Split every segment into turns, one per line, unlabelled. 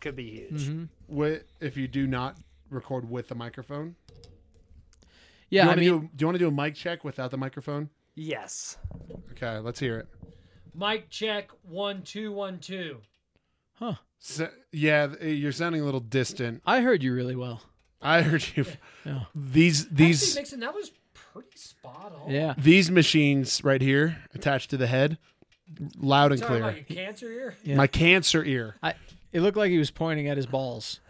could be huge.
Mhm.
What if you do not record with the microphone? you
Yeah, I
wanna
mean,
do, do you want to do a mic check without the microphone?
Yes.
Okay, let's hear it.
Mic check one two one two.
So, yeah, th- eh, you're sounding a little distant.
I heard you really well.
I heard you.
Yeah.
These
Actually,
these
Mixon, that was pretty spot on.
Yeah.
these machines right here attached to the head, loud and
Talking about
clear.
your cancer ear.
Yeah.
My cancer ear.
I, it looked like he was pointing at his balls.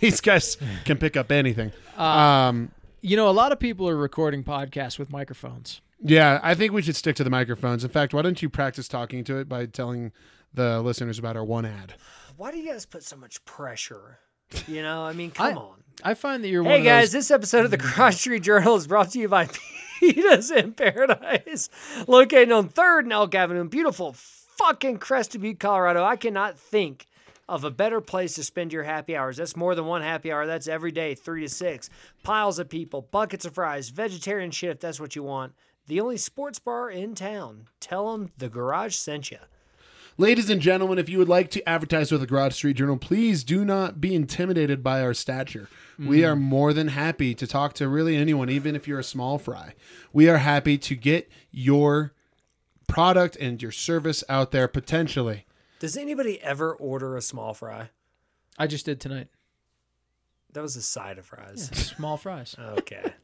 These guys can pick up anything. um,
You know, a lot of people are recording podcasts with microphones.
yeah, I think we should stick to the microphones. In fact, why don't you practice talking to it by telling the listeners about our one ad?
Why do you guys put so much pressure? You know, I mean, come
I-
on.
I find that you're one
Hey
of
guys,
those. Mm.
this episode of the Garage Tree Journal is brought to you by Pitas in Paradise, located on Third and Elk Avenue in beautiful fucking Crested Butte, Colorado. I cannot think of a better place to spend your happy hours. That's more than one happy hour. That's every day, three to six. Piles of people, buckets of fries, vegetarian shit. If that's what you want. The only sports bar in town. Tell them the Garage sent you.
Ladies and gentlemen, if you would like to advertise with the Garage Street Journal, please do not be intimidated by our stature.
Mm.
We are more than happy to talk to really anyone, even if you're a small fry. We are happy to get your product and your service out there potentially.
Does anybody ever order a small fry?
I just did tonight.
That was a side of fries.
Small fries.
Okay.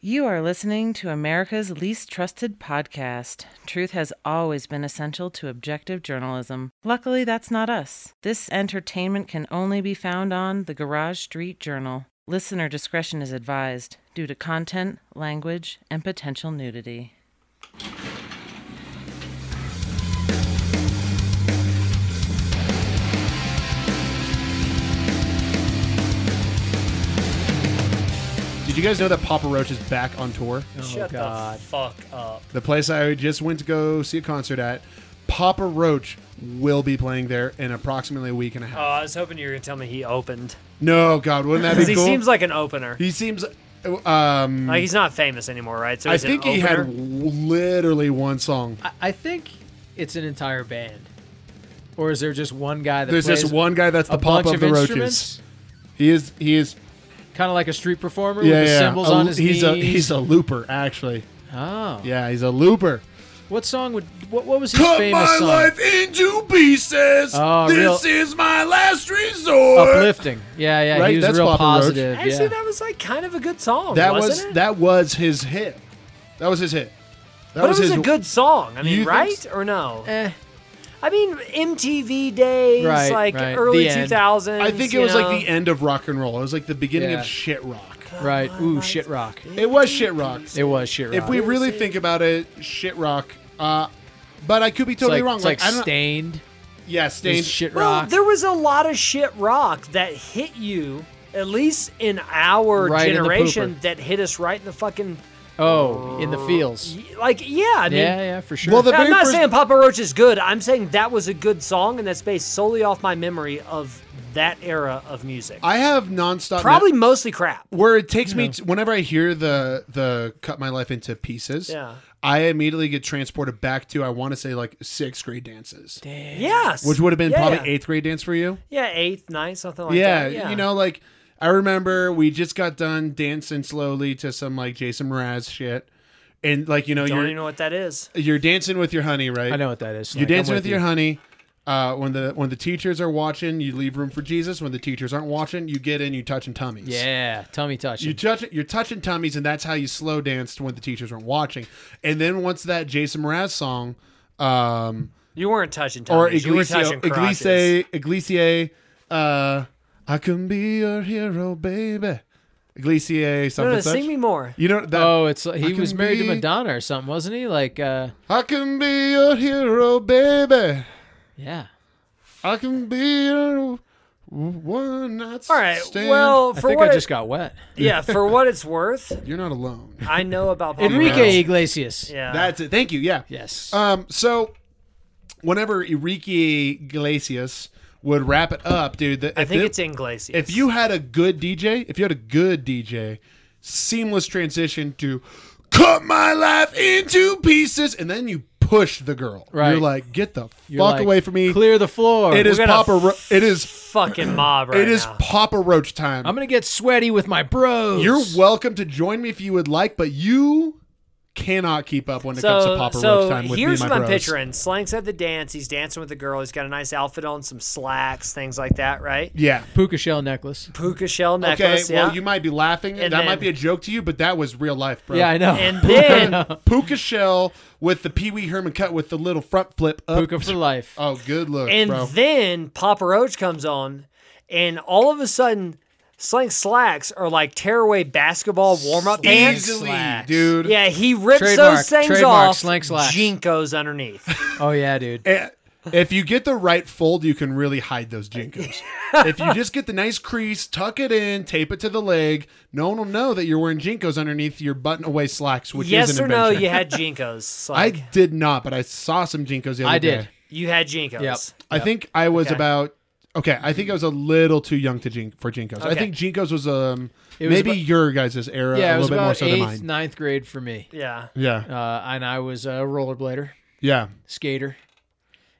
You are listening to America's least trusted podcast. Truth has always been essential to objective journalism. Luckily, that's not us. This entertainment can only be found on the Garage Street Journal. Listener discretion is advised due to content, language, and potential nudity.
Did you guys know that Papa Roach is back on tour?
Oh,
Shut the fuck up.
The place I just went to go see a concert at, Papa Roach will be playing there in approximately a week and a
Oh,
half.
I was hoping you were gonna tell me he opened.
no, God, wouldn't that be
'Cause
cool?
Oh. he seems like an opener.
he seems um
like he's not famous anymore, right? So
I
he's an
think he had
opener?
w- literally one song.
I, I think it's an entire band, or is there just one guy that
There's
plays
this one guy that's
a
the pop
bunch
of
of
the roaches.
instruments?
He is he is
Kind of like a street performer
yeah,
with the
yeah.
cymbals
a-
on his
he's a
knees.
he's a looper actually.
oh,
Yeah, he's a looper.
what song would what, what was his
Cut
famous
my
song?
life into pieces.
Oh,
this is my last resort.
Uplifting. Yeah, yeah.
Right,
He was
that's
real
Papa Roach.
positive.
Actually,
yeah.
that was like kind of a good song.
That
wasn't
was
it?
that was his hit. That was his hit. That
but
was
it was
his
a good song. I
You
mean,
think
right
so?
or no?
Eh,
I mean, MTV days,
Right,
like
right.
early
The
two
end.
thousands.
I think it was like the end of rock and roll. It was like the beginning
Yeah.
of shit rock.
Eh, right. Ooh, shit rock.
It was shit rock.
It was shit rock.
If we really think about it, shit rock. Uh, but I could be
it's
totally
like,
wrong.
it's like,
I don't-
stained.
Yeah,
is
stained.
Shit
Well,
rock.
there was a lot of shit rock that hit you, at least in our
Right in the
generation,
pooper.
that hit us right in the fucking
oh, in the fields.
y- like. Yeah, I mean,
yeah, yeah, for sure.
Well, the
Now, I'm
very
not
first-
saying Papa Roach is good. I'm saying that was a good song, and that's based solely off my memory of that era of music.
I have nonstop.
Probably mostly crap.
where it takes me to, whenever I hear the the cut my life into pieces.
Yeah.
I immediately get transported back to I want to say like sixth grade dances,
Yes.
which would have been
Yeah,
probably
yeah.
eighth grade dance for you.
Yeah, eighth, ninth, something like
yeah,
that. Yeah.
you know, like I remember we just got done dancing slowly to some like Jason Mraz shit, and like you know
Don't
you're
even know what that is.
you're dancing with your honey, right?
I know what that is.
You're
Like, I'm
dancing with,
you.
your honey. Uh, when the when the teachers are watching, you leave room for Jesus. When the teachers aren't watching, you get in, you touching tummies.
Yeah, tummy touch.
You touch you're touching tummies, and that's how you slow danced when the teachers weren't watching. And then once that Jason Mraz song, um,
You weren't touching
or
tummies, you were touching
Iglesio,
crotches.
Iglesias, Iglesias, uh, I can be your hero, baby. Iglesias,
No,
something
no,
such.
sing me more.
You know that
oh, it's like-
I
he
can
was married
be-
to Madonna or something, wasn't he? Like, uh,
I can be your hero, baby.
yeah.
I can be your one night
All right.
stand.
Well,
I
for
think
what
I
it-
just got wet.
yeah, for what it's worth,
you're not alone.
I know about Papa Roach.
Enrique Iglesias.
Yeah.
That's it. Thank you. Yeah.
Yes.
Um, so whenever Enrique Iglesias would wrap it up, dude, the,
I
if
think
it-
it's Iglesias.
if you had a good DJ, if you had a good DJ, seamless transition to cut my life into pieces, and then you push the girl.
Right.
You're like, get the
You're
fuck
like,
away from me.
Clear the floor.
It is
We're gonna
Papa. Ro- it is
Fucking mob right
it is
now.
Papa Roach time.
I'm gonna get sweaty with my bros.
You're welcome to join me if you would like, but you cannot keep up when it comes to
so,
Papa
so
Roach time with
here's
me,
what
and my
I'm
bros.
picturing. Slank's at the dance. He's dancing with the girl. He's got a nice outfit on, some slacks, things like that, right?
Yeah.
puka shell necklace.
Puka shell
Okay,
necklace.
well,
yeah.
you might be laughing.
And
that
then-
might be a joke to you, but that was real life, bro.
Yeah, I know.
and then
Puka shell with the Pee Wee Herman cut with the little front flip up.
puka for life.
Oh, good look,
and
bro.
then Papa Roach comes on, and all of a sudden, Slank slacks are like tearaway basketball warm up pants.
Easily,
slacks.
dude.
Yeah, he rips
Trademark,
those things
trademark,
off.
Slank slacks.
Jinkos underneath.
Oh yeah, dude.
Eh, If you get the right fold, you can really hide those jinkos. if you just get the nice crease, tuck it in, tape it to the leg, no one will know that you're wearing jinkos underneath your button away slacks, which
yes
is an
or no?
invention.
You had Jinkos.
I
Slank.
did not, but I saw some jinkos the other
I
day.
did.
you had Jinkos.
Yep.
I think I was
Okay.
about okay. I think I was a little too young to jink for jinkos. I
Okay.
think jinkos was um
It was
maybe
about-
your guys' era
Yeah,
a
it was
little bit more
about
so than
eighth,
mine.
ninth grade for me.
Yeah.
yeah,
Uh, and I was a rollerblader,
yeah.
skater,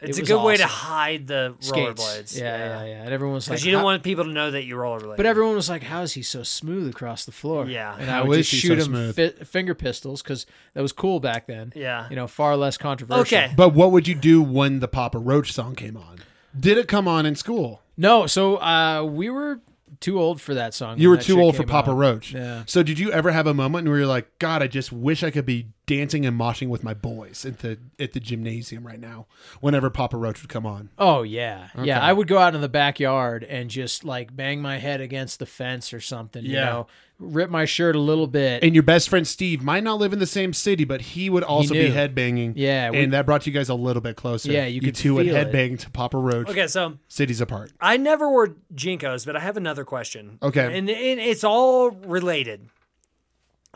It's a
was
good way to
awesome.
hide the
skates.
rollerblades.
Yeah, yeah, yeah. And everyone was like,
Because you don't
"How-"
want people to know that you rollerblade.
But everyone was like, "How is he so smooth across the floor?"
Yeah.
and I
How
would
is
just
he so
shoot him
smooth?
fi- finger pistols because that was cool back then.
Yeah.
you know, far less controversial.
Okay.
But what would you do when the Papa Roach song came on? Did it come on in school?
No, so uh, we were too old for that song.
You were
when that
too
shit
old for
came
Papa
out.
Roach.
Yeah.
So did you ever have a moment where you're like, God, I just wish I could be dancing and moshing with my boys at the at the gymnasium right now, whenever Papa Roach would come on.
Oh yeah, yeah. I would go out in the backyard and just like bang my head against the fence or something. You
Yeah.
know, rip my shirt a little bit.
And your best friend Steve might not live in the same city, but he would also be
knew.
headbanging.
Yeah, we-
and that brought you guys a little bit closer.
Yeah, you could
two would
feel it.
headbang to Papa Roach.
okay, so
cities apart.
I never wore Jinkos, but I have another question.
Okay.
And, and it's all related.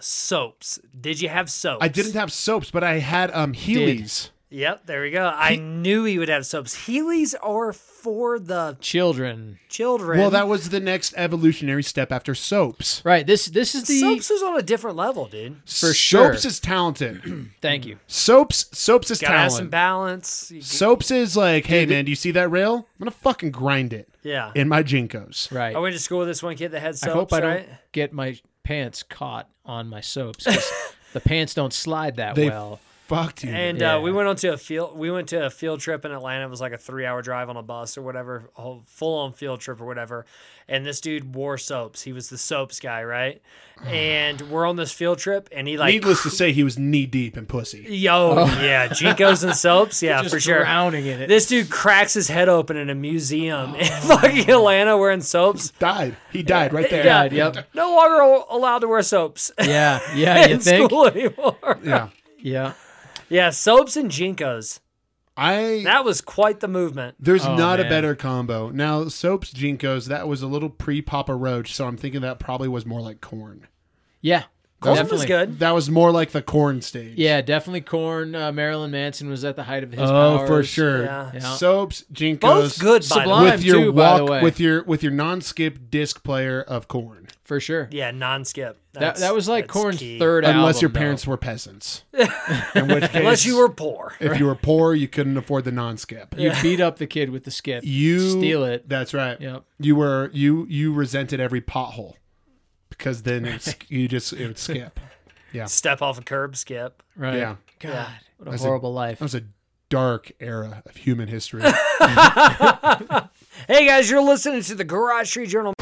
Soaps. Did you have soaps?
I didn't have soaps, but I had um Heelys.
Yep, there we go. I knew he would have soaps. Heelys are for the
Children,
children.
Well, that was the next evolutionary step after soaps.
right? This this is the
soaps was on a different level, dude.
For
sure.
Soaps is talented.
thank you.
Soaps, soaps is
Gotta have some
talented.
balance. You-
Soaps is like, hey man, do you see that rail? I'm gonna fucking grind it
yeah.
in my jinkos.
Right.
I went to school with this one kid that had
I
soaps,
hope I don't
right?
get my pants caught on my soaps. 'cause the pants don't slide that
They
well.
Fuck you.
And
Yeah.
uh, we went on to a field. We went to a field trip in Atlanta. It was like a three-hour drive on a bus or whatever, a whole full-on field trip or whatever. And this dude wore soaps. He was the soaps guy, right? And we're on this field trip, and he like,
Needless to say, he was knee deep in pussy.
yo, yeah, jinkos and soaps, yeah,
Oh. Just
for sure.
drowning in it.
This dude cracks his head open in a museum in fucking Atlanta wearing soaps.
Died. He died right there.
Yeah.
yep.
No longer al- allowed to wear soaps
Yeah. Yeah. You
in
think?
school anymore.
Yeah.
Yeah.
Yeah, soaps and jinkos.
I
That was quite the movement.
There's
Oh,
not a
man.
better combo. Now, soaps, Jinkos, that was a little pre Papa Roach, so I'm thinking that probably was more like corn.
Yeah.
Corn
definitely.
was good.
That was more like the corn stage.
Yeah, definitely. Corn. Uh, Marilyn Manson was at the height of his
Oh, for
powers.
sure.
Yeah.
Yeah.
Soaps, Jinkos.
Both good, by the way.
Sublime.
With your
too, by
walk,
the way.
with your with your non-skip disc player of corn,
For sure.
Yeah, non-skip.
That,
That's-
that was like
that's
Corn's
key.
third album.
unless your
though.
parents were peasants. In which case,
Unless you were poor.
if you were poor, you couldn't afford the non-skip.
You beat up the kid with the skip.
You
steal it.
That's right.
Yep.
You were you you resented every pothole because then it's, you just it would skip.
Step off a curb, skip.
Right.
Yeah.
God, what a
That's a-
horrible life.
That was a dark era of human history.
Hey guys, you're listening to the Garage Tree Journal.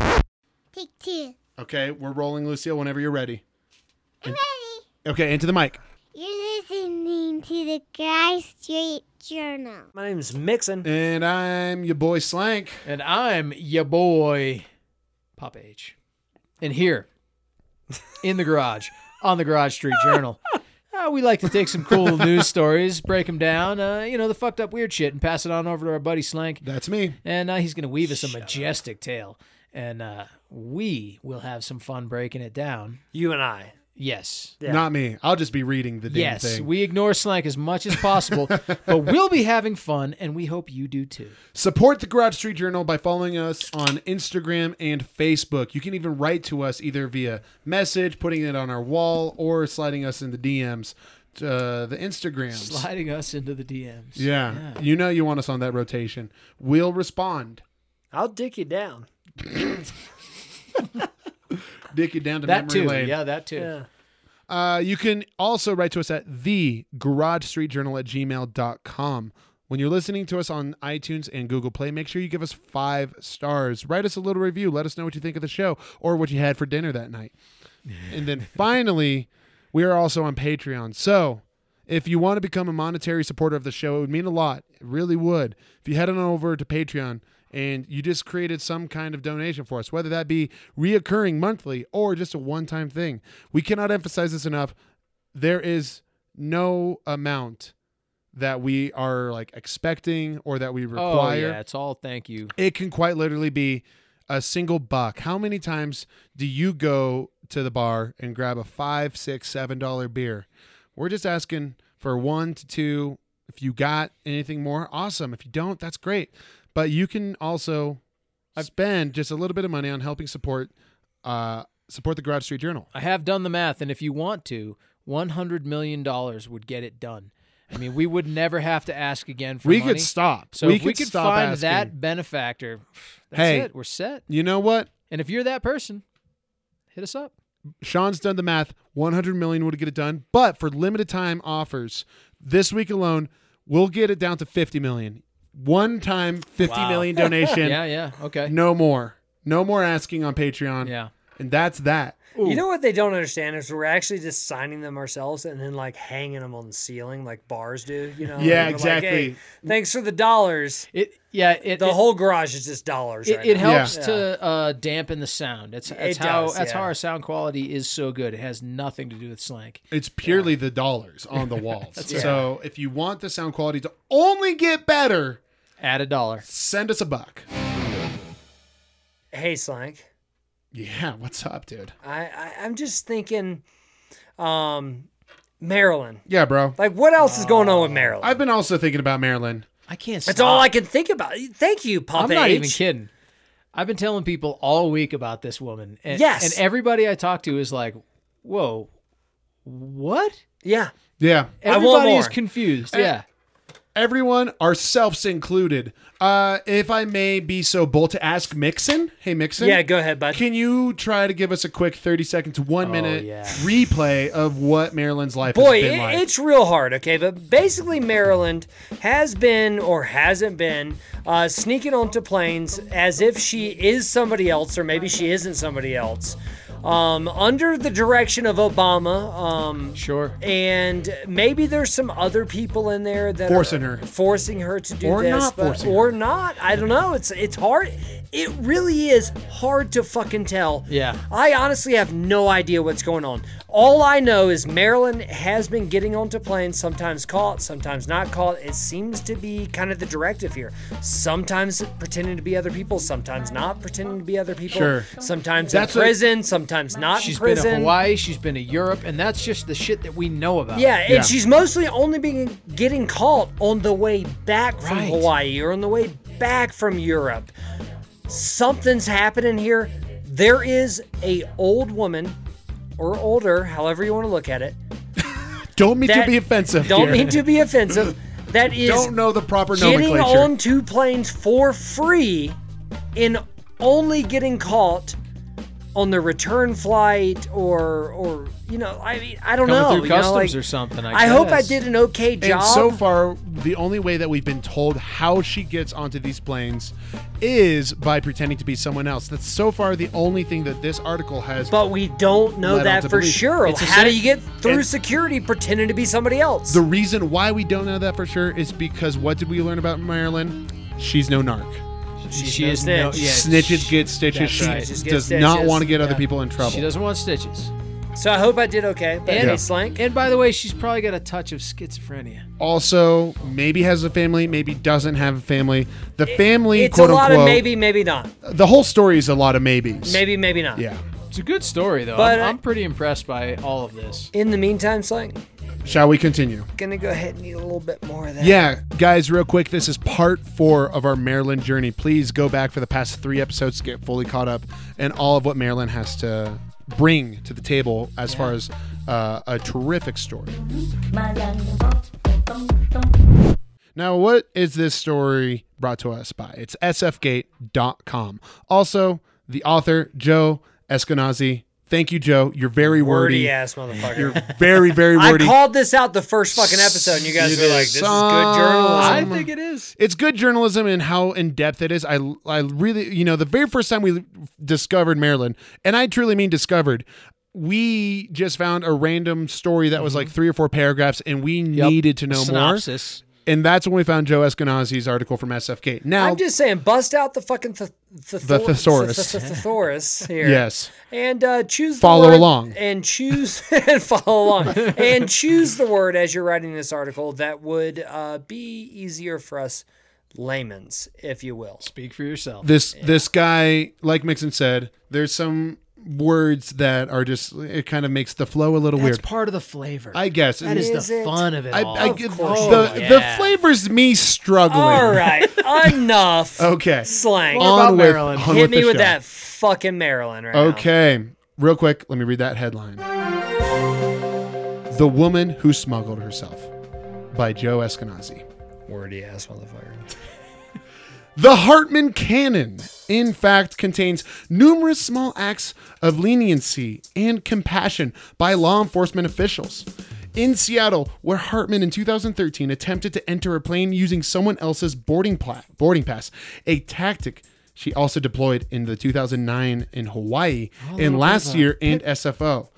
Take two.
okay, we're rolling, Lucille, whenever you're ready.
I'm ready.
Okay, into the mic.
You're listening to the Guy Street Journal.
My name's Mixon.
And I'm your boy Slank.
And I'm your boy, Pop H. And here, in the garage, on the Garage Street Journal, uh, we like to take some cool news stories, break them down, uh, you know, the fucked up weird shit, and pass it on over to our buddy Slank.
That's me.
And uh, he's going to weave us a majestic tale. And uh, we will have some fun breaking it down.
You and I.
Yes.
Yeah.
Not me. I'll just be reading the damn
Yes,
thing.
we ignore slank as much as possible, but we'll be having fun, and we hope you do too.
Support the Garage Street Journal by following us on Instagram and Facebook. You can even write to us either via message, putting it on our wall, or sliding us in the DMs. uh, the Instagrams.
Sliding us into the DMs.
Yeah. You know you want us on that rotation. We'll respond.
I'll dick you down.
Dick you down to
That
memory
too.
lane.
Yeah, that too.
Yeah.
Uh, you can also write to us at the garage street journal at gmail.com. When you're listening to us on iTunes and Google Play, make sure you give us five stars. Write us a little review. Let us know what you think of the show or what you had for dinner that night. and then finally, we are also on Patreon. So if you want to become a monetary supporter of the show, it would mean a lot. It really would. If you head on over to Patreon and you just created some kind of donation for us, whether that be reoccurring monthly or just a one time thing, we cannot emphasize this enough. There is no amount that we are like expecting or that we
Oh
require.
yeah, it's all thank you.
It can quite literally be a single buck. How many times do you go to the bar and grab a five, six, seven dollar beer? We're just asking for one to two. If you got anything more, awesome. If you don't, that's great. But you can also spend just a little bit of money on helping support uh, support the Garage Street Journal.
I have done the math, and if you want to, one hundred million dollars would get it done. I mean, we would never have to ask again for
we
money.
could stop.
So
we
if we could
stop
find
asking.
that benefactor, that's
Hey.
it. We're set.
You know what?
And if you're that person, hit us up.
Sean's done the math. 100 million would get it done, but for limited time offers this week alone, we'll get it down to 50 million. One time, fifty million donation.
Yeah, yeah. Okay.
No more. No more asking on Patreon.
Yeah.
And that's that.
You know what they don't understand is we're actually just signing them ourselves and then like hanging them on the ceiling like bars do. You know?
Yeah,
Like, we're like, "Hey,
exactly.
thanks for the dollars.
It yeah, it
The
it,
whole garage is just dollars.
it,
right
it
now.
helps
Yeah.
to uh, dampen the sound. That's
It
that's how
does,
that's how
yeah.
our sound quality is so good. It has nothing to do with slank.
It's purely the dollars on the walls. so if you want the sound quality to only get better,
Add a dollar.
send us a buck.
Hey, Slank.
Yeah, what's up, dude?
I, I I'm just thinking, um, Maryland.
Yeah, bro.
Like, what else is going
Oh.
on with Maryland?
I've been also thinking about Maryland.
I can't.
That's
stop.
all I can think about. Thank you, Pop
I'm not
H.
even kidding. I've been telling people all week about this woman. And,
Yes.
And everybody I talk to is like, "Whoa, what?"
Yeah.
Yeah.
I want
Everybody
more.
is
Uh,
confused. Yeah.
everyone, ourselves included. Uh, if I may be so bold to ask Mixon, hey Mixon,
Yeah, go ahead, bud.
Can you try to give us a quick thirty second to one minute
yeah.
replay of what Maryland's life
Oh, Boy,
has been
it,
like?
it's real hard, okay? But basically, Maryland has been or hasn't been uh, sneaking onto planes as if she is somebody else, or maybe she isn't somebody else. Um, under the direction of Obama, um,
Sure.
and maybe there's some other people in there that
Forcing
are
her.
forcing her to do
Or
this,
not
but-
forcing
or not. I don't know. It's it's hard. It really is hard to fucking tell.
Yeah.
I honestly have no idea what's going on. All I know is Maryland has been getting onto planes, sometimes caught, sometimes not caught. It seems to be kind of the directive here. Sometimes pretending to be other people, sometimes not pretending to be other people.
Sure.
Sometimes
That's
in
what-
prison, sometimes not
She's
in prison.
been to Hawaii. She's been to Europe, and that's just the shit that we know about.
Yeah, and
Yeah.
she's mostly only being getting caught on the way back from
Right.
Hawaii or on the way back from Europe. Something's happening here. There is a old woman or older, however you want to look at it.
don't mean to
that-
be offensive.
Don't
here.
mean to be offensive. That is
Don't know the proper
getting
nomenclature.
on two planes for free and only getting caught on the return flight or or you know, I mean I don't
Coming
know.
through
you know,
customs
like-
or something. I,
I hope I
guess.
did an okay job.
and so far, the only way that we've been told how she gets onto these planes is by pretending to be someone else. That's so far the only thing that this article has.
but we don't know
Led on
that
to
for
believe.
sure.
It's a
How do
sen-
you get through
and-
security pretending to be somebody else?
the reason why we don't know that for sure is because what did we learn about Maryland? She's no narc.
She's
she
no
is no.
snitch.
Yeah,
snitches
she-
get stitches.
that's
She
right.
Snitches get
does
stitches.
not want to get other
Yeah.
people in trouble.
She doesn't want stitches.
so I hope I did okay. But
And-
hey, Slank,
And by the way, she's probably got a touch of schizophrenia.
Also, maybe has a family, maybe doesn't have a family. The family,
it's a
quote
lot
unquote,
of maybe, maybe not,
the whole story is a lot of maybes.
maybe, maybe not.
Yeah.
It's a good story though.
But
I'm,
I-
I'm pretty impressed by all of this.
In the meantime, Slank,
Shall we continue?
gonna go ahead and eat a little bit more of that.
Yeah, guys, real quick, this is part four of our Maryland journey. Please go back for the past three episodes to get fully caught up and all of what Maryland has to bring to the table as far as uh, a terrific story. Now, what is this story brought to us by? It's sfgate.com. Also, the author, Joe Eskenazi. Thank you, Joe. You're very wordy.
Wordy ass motherfucker.
You're very, very
I
wordy.
called this out the first fucking episode, and you guys
You
were
did
like, "This is good
some-
journalism."
I think it is.
it's good journalism and how in depth it is. I I really you know the very first time we discovered Maryland, and I truly mean discovered. We just found a random story that was like
Mm-hmm.
three or four paragraphs, and we needed to know
Synopsis.
more. And that's when we found Joe Eskenazi's article from SFK. Now,
I'm just saying, bust out the fucking th- th-
The thesaurus.
thesaurus here.
yes,
and uh, choose the
Follow
word
along.
and choose and follow along and choose the word as you're writing this article that would uh, be easier for us layman's, if you will.
Speak for yourself.
this this guy, like Mixon said, there's some words that are just it kind of makes the flow a little
That's
weird.
part of the flavor.
I guess
that is,
Is
the
it?
fun of it
I,
all.
I,
Of course
the,
you are.
the
Yeah.
flavors me struggling.
All right, enough
Okay.
slang.
Well, about
on with,
Maryland?
on
Hit
with
me
the
with
show.
that fucking Maryland right now.
Okay. Real quick, let me read that headline. The Woman Who Smuggled Herself by Joe Eskenazi.
Wordy ass motherfucker.
The Hartman canon, in fact, contains numerous small acts of leniency and compassion by law enforcement officials. In Seattle, where Hartman in 2013 attempted to enter a plane using someone else's boarding, pla- boarding pass, a tactic she also deployed in the 2009 in Hawaii and last year in SFO.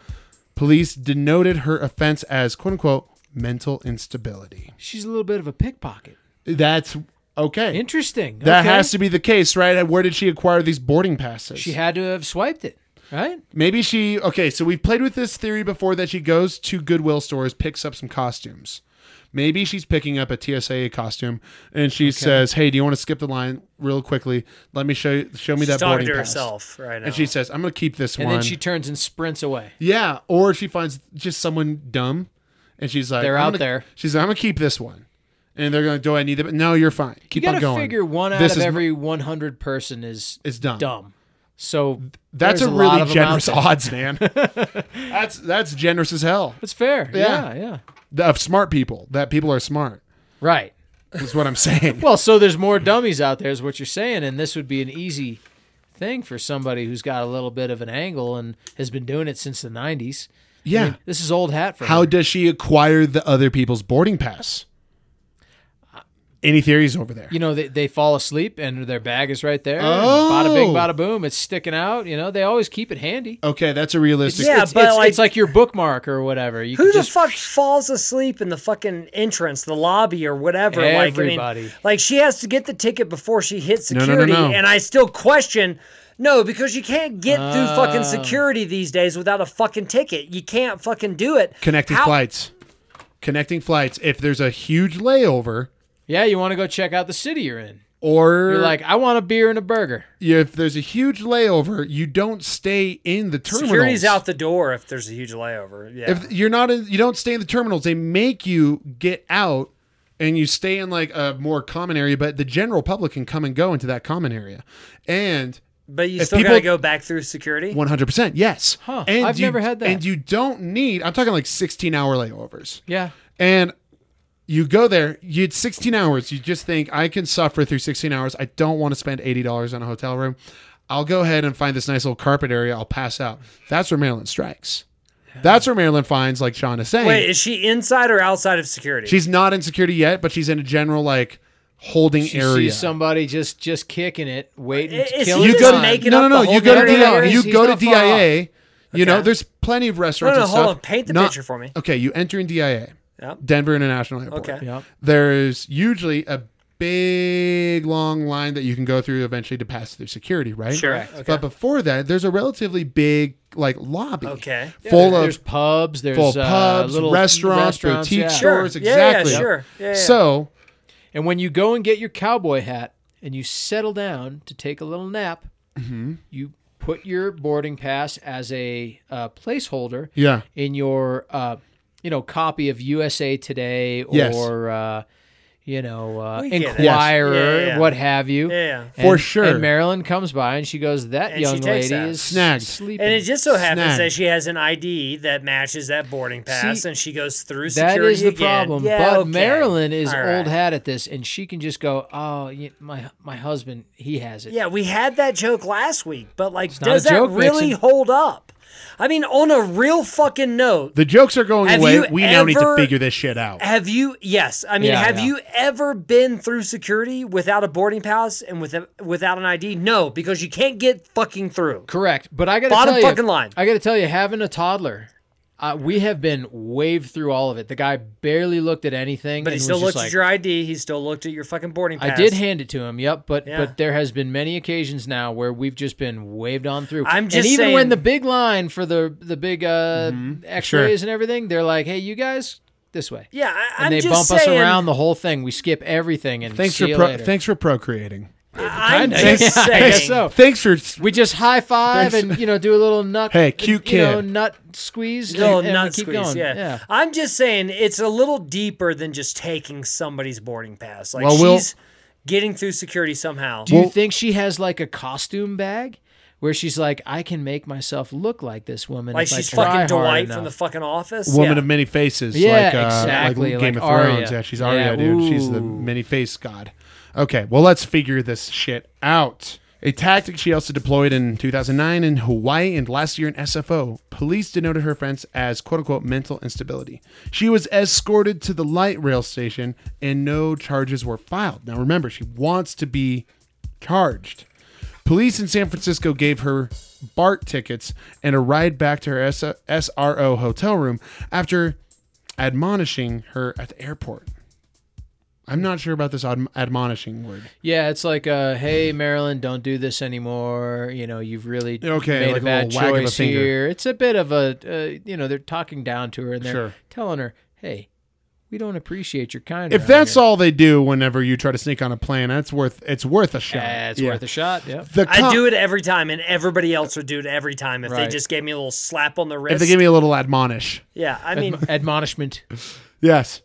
Police denoted her offense as quote unquote mental instability.
She's a little bit of a pickpocket.
That's okay.
Interesting.
That
Okay.
has to be the case, right? Where did she acquire these boarding passes?
She had to have swiped it, right?
Maybe she. Okay, so we've played with this theory before that she goes to Goodwill stores, picks up some costumes. Maybe she's picking up a TSA costume, and she says, "Hey, do you want to skip the line real quickly? Let me show you, show me
She's
that
talking
boarding
to
pass."
herself right now.
And she says, "I'm gonna keep this
And
one."
then she turns and sprints away.
yeah, or she finds just someone dumb, and she's like,
They're
"I'm
out
gonna-
there."
She's like, "I'm gonna keep this one," and they're going, "Do I need it?" No, you're fine. Keep
you
on
got to
going.
figure one out
This
of
is-
every 100 person is
is dumb.
dumb. So
That's
there's
a
lot
really
of 'em out
generous
there.
odds, man. that's that's generous as hell.
That's fair.
Yeah.
Yeah. yeah,
The- Of smart people, that people are smart
Right.
is what I'm saying.
Well, so there's more dummies out there, is what you're saying, and this would be an easy thing for somebody who's got a little bit of an angle and has been doing it since the 90s. I
yeah.
mean, this is old hat for
How
her.
does she acquire the other people's boarding pass? Any theories over there?
you know they, they fall asleep and their bag is right there. and
Oh.
Bada bing, bada boom, it's sticking out. You know they always keep it handy.
Okay, that's a realistic.
Yeah,
it's,
but
it's,
like-
it's like your bookmark or whatever. You
Who
can
the
just
fuck falls asleep in the fucking entrance, the lobby, or whatever? Like, I mean,
Everybody.
like she has to get the ticket before she hits
No, no, no,
security,
no.
and I still question. No, because you can't get through
Uh.
fucking security these days without a fucking ticket. You can't fucking do it.
Connecting
How-
flights. Connecting flights. If there's a huge layover,
yeah, you want to go check out the city you're in.
or
You're like, I want a beer and a burger.
if there's a huge layover, you don't stay in the terminals.
Security's out the door if there's a huge layover. Yeah.
if you're not in, you don't stay in the terminals. They make you get out and you stay in like a more common area, but the general public can come and go into that common area. And
but you
if
still
people-
gotta go back through security.
100%, yes.
Huh,
And
I've
you-
never had that.
And you don't need, I'm talking like 16 hour layovers.
Yeah,
And you go there, you'd 16 hours. You just think, I can suffer through 16 hours. I don't want to spend $80 on a hotel room. I'll go ahead and find this nice little carpet area. I'll pass out. That's where Maryland strikes. That's where Maryland finds, like Sean is saying.
Wait, is she inside or outside of security?
She's not in security yet, but she's in a general like holding
she
area.
sees somebody just just kicking it, waiting,
Is-
to
is
kill
he
you
it.
just
go to
making
no,
up
no,
the
no.
whole
You go to
narrative?
DIA.
He's-
You
he's
go to
not far
DIA. You know,
Okay.
there's plenty of restaurants.
No, no,
and
hold
stuff.
on. Paint the picture for me.
Okay, you enter in DIA,
Yep.
Denver International Airport.
Okay.
Yep.
There's usually a big long line that you can go through eventually to pass through security, right?
Sure. Okay.
But before that, there's a relatively big like lobby.
Okay.
Full of
there's pubs, there's
full of
uh,
pubs,
little
restaurants, boutique
yeah.
stores.
Sure. Yeah, yeah,
exactly.
sure. Yeah, yeah.
So
And when you go and get your cowboy hat and you settle down to take a little nap,
Mm-hmm.
you put your boarding pass as a uh, placeholder
yeah.
in your, uh, you know, copy of USA Today or,
Yes.
uh, you know, uh,
We get it. Yes.
inquirer,
Yeah, yeah.
what have you.
Yeah.
And-
For sure.
And Marilyn comes by and she goes, That
And she
young
takes
lady
that.
is
Snagged.
sleeping.
And it just so happens
Snagged.
that she has an ID that matches that boarding pass,
See,
and she goes through
that
security.
is the
again.
problem.
Yeah,
but
okay.
Marilyn is
All right.
old hat at this, and she can just go, "Oh, y- my my husband, he has it."
Yeah, we had that joke last week, but like,
not
does
a
that
joke,
really
Vixen.
hold up? I mean, on a real fucking note,
The jokes are going
Have
away.
you
We now need to
ever-
figure this shit out.
have you? Yes, I mean,
Yeah,
have
yeah.
you ever been through security without a boarding pass and with a, without an ID? No, because you can't get fucking through.
Correct. But I got to
Bottom
tell you,
fucking line.
I got to tell you, having a toddler, uh, we have been waved through all of it. The guy barely looked at anything,
But
and
he still
was just
looked at
like,
your ID. He still looked at your fucking boarding pass.
I did hand it to him. Yep, but
Yeah.
but there has been many occasions now where we've just been waved on through.
I'm just
and even
saying- Mm-hmm.
when the big line for the the big uh, X-rays and everything, they're like, "Hey, you guys, this way."
Yeah, I,
And
I'm
they
just
bump
saying,
us around the whole thing. We skip everything and
Thanks
see
for
you
pro-
later.
thanks for procreating.
I'm
Kinda, yeah,
just
I
saying.
guess so.
Thanks for
We just high five
Thanks.
and you know do a little nut.
Hey, cute
you know,
kid.
nut squeeze.
Little
and, and we
nut
keep
squeeze,
going.
yeah. I'm just saying it's a little deeper than just taking somebody's boarding pass. Like
Well, we'll-
she's getting through security somehow.
Do you
Well-
think she has like a costume bag where she's like, I can make myself look like this woman?
like
if I
she's
try
fucking
hard
Dwight
enough.
from the fucking office.
woman
yeah.
of many faces.
Yeah,
like, uh,
exactly,
Like Game
like
of
Arya.
Thrones. Yeah, she's
Yeah,
Arya, dude. She's the
ooh.
many face god. Okay, well, let's figure this shit out. A tactic she also deployed in 2009 in Hawaii and last year in SFO. Police denoted her friends as quote unquote mental instability. She was escorted to the light rail station and no charges were filed. Now remember, she wants to be charged. Police in San Francisco gave her BART tickets and a ride back to her S- SRO hotel room after admonishing her at the airport. I'm not sure about this adm- admonishing word.
Yeah, it's like, uh, hey, Marilyn, don't do this anymore. You know, you've really
Okay,
made
like a
a bad
little wag of a
choice
finger.
here. It's a bit of a, uh, you know, they're talking down to her and they're
Sure.
telling her, hey, we don't appreciate your kindness.
If that's all they do whenever you try to sneak on a plane, that's worth it's worth a shot.
it's
Yeah.
worth a shot. Yeah.
The
I
cop-
do it every time, and everybody else would do it every time if
Right.
they just gave me a little slap on the wrist.
if they give me a little admonish.
yeah, I mean,
Admonishment.
Yes.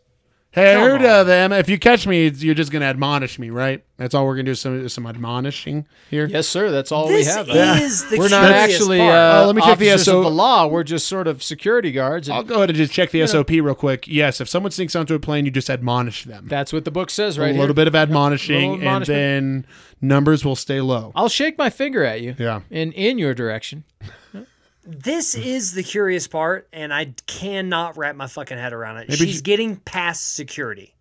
Hey, I
Come
heard of them. If you catch me, you're just gonna admonish me, right? That's all we're gonna do. is Some some admonishing here.
Yes, sir. That's all
this
Oh, we have.
is the
We're not
curious
actually.
part.
Uh,
Uh, let me check the
officers
SO
of the law. We're just sort of security guards.
I'll
And
go ahead and just check the SOP real quick. Yes, if someone sneaks onto a plane, you just admonish them.
that's what the book says, right?
a little
here.
bit of admonishing, and
admonishment.
then numbers will stay low.
I'll shake my finger at you.
Yeah.
In in your direction.
this is the curious part, and I cannot wrap my fucking head around it.
Maybe
She's
she-
getting past security.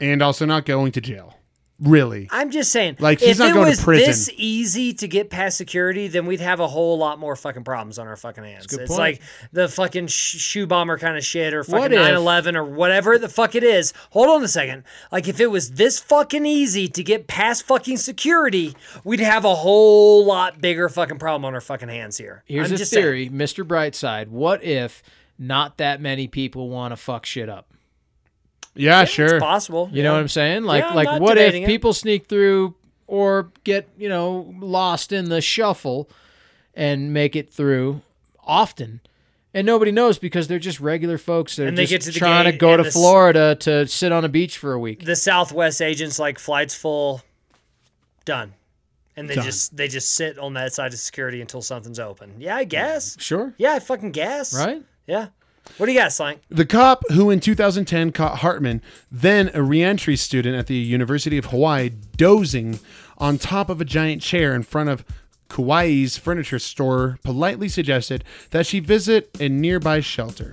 and also not going to jail. Really?
I'm just saying,
Like,
if
he's not
it
going to
was
prison.
this easy to get past security, then we'd have a whole lot more fucking problems on our fucking hands.
good
it's
point.
like the fucking sh- shoe bomber kind of shit, or
What
fucking
if-
9/11, or whatever the fuck it is. Hold on a second. Like, if it was this fucking easy to get past fucking security, we'd have a whole lot bigger fucking problem on our fucking hands here.
Here's
I'm
a
just
theory, Mr. Brightside. What if not that many people want to fuck shit up?
Yeah,
Saying.
sure.
It's possible.
You know what I'm saying? Like
Yeah, I'm
like
not
what if
debating it.
people sneak through or get, you know, lost in the shuffle and make it through often? And nobody knows because they're just regular folks that are
And they
just
get to the
trying to
gate
go
and
to
the s-
Florida to sit on a beach for a week.
the Southwest agents like flights full, done, and they just they just sit on that side of security until something's open. Yeah, I guess.
Sure.
Yeah, I fucking guess.
Right?
Yeah. What do you got, Slank?
The cop who in 2010 caught Hartman, then a reentry student at the University of Hawaii, dozing on top of a giant chair in front of Kauai's furniture store, politely suggested that she visit a nearby shelter.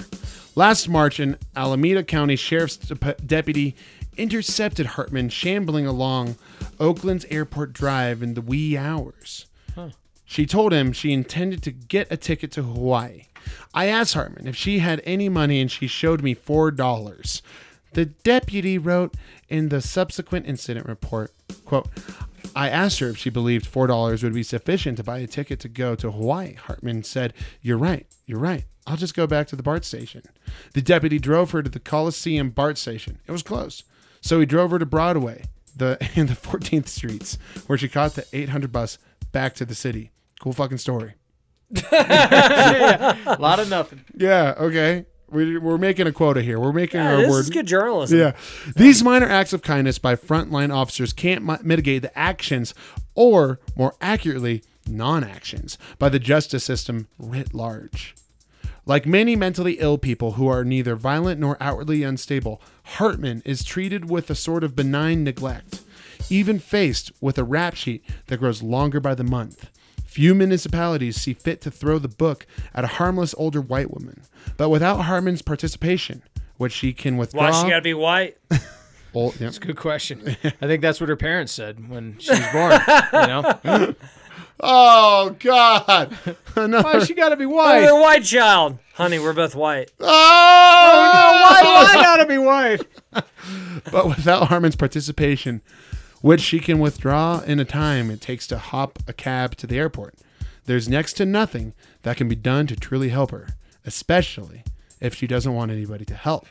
Last March, an Alameda County Sheriff's Dep- deputy intercepted Hartman shambling along Oakland's airport drive in the wee hours. She told him she intended to get a ticket to Hawaii. I asked Hartman if she had any money and she showed me $4. The deputy wrote in the subsequent incident report, quote, I asked her if she believed $4 would be sufficient to buy a ticket to go to Hawaii. Hartman said, "You're right. You're right. I'll just go back to the BART station." The deputy drove her to the Coliseum BART station. It was closed. So he drove her to Broadway, the and the 14th streets, where she caught the 800 bus back to the city. Cool fucking story.
A lot of nothing.
Yeah. Okay. We're, we're making a quota here. We're making
Yeah,
our
this
word.
is good journalism.
Yeah. These minor acts of kindness by frontline officers can't mi- mitigate the actions, or more accurately, non actions, by the justice system writ large. Like many mentally ill people who are neither violent nor outwardly unstable, Hartman is treated with a sort of benign neglect, even faced with a rap sheet that grows longer by the month. Few municipalities see fit to throw the book at a harmless older white woman, but without Hartman's participation, which she can withdraw.
Why she gotta be white?
Ol- yep.
Good question. I think that's what her parents said when she was born. You know,
Oh God! Another-
why she got to be
Oh,
white?
you're a white child, honey. We're both white.
Oh!
Why got to be white?
But without Harmon's participation, which she can withdraw in a time it takes to hop a cab to the airport, there's next to nothing that can be done to truly help her, especially if she doesn't want anybody to help.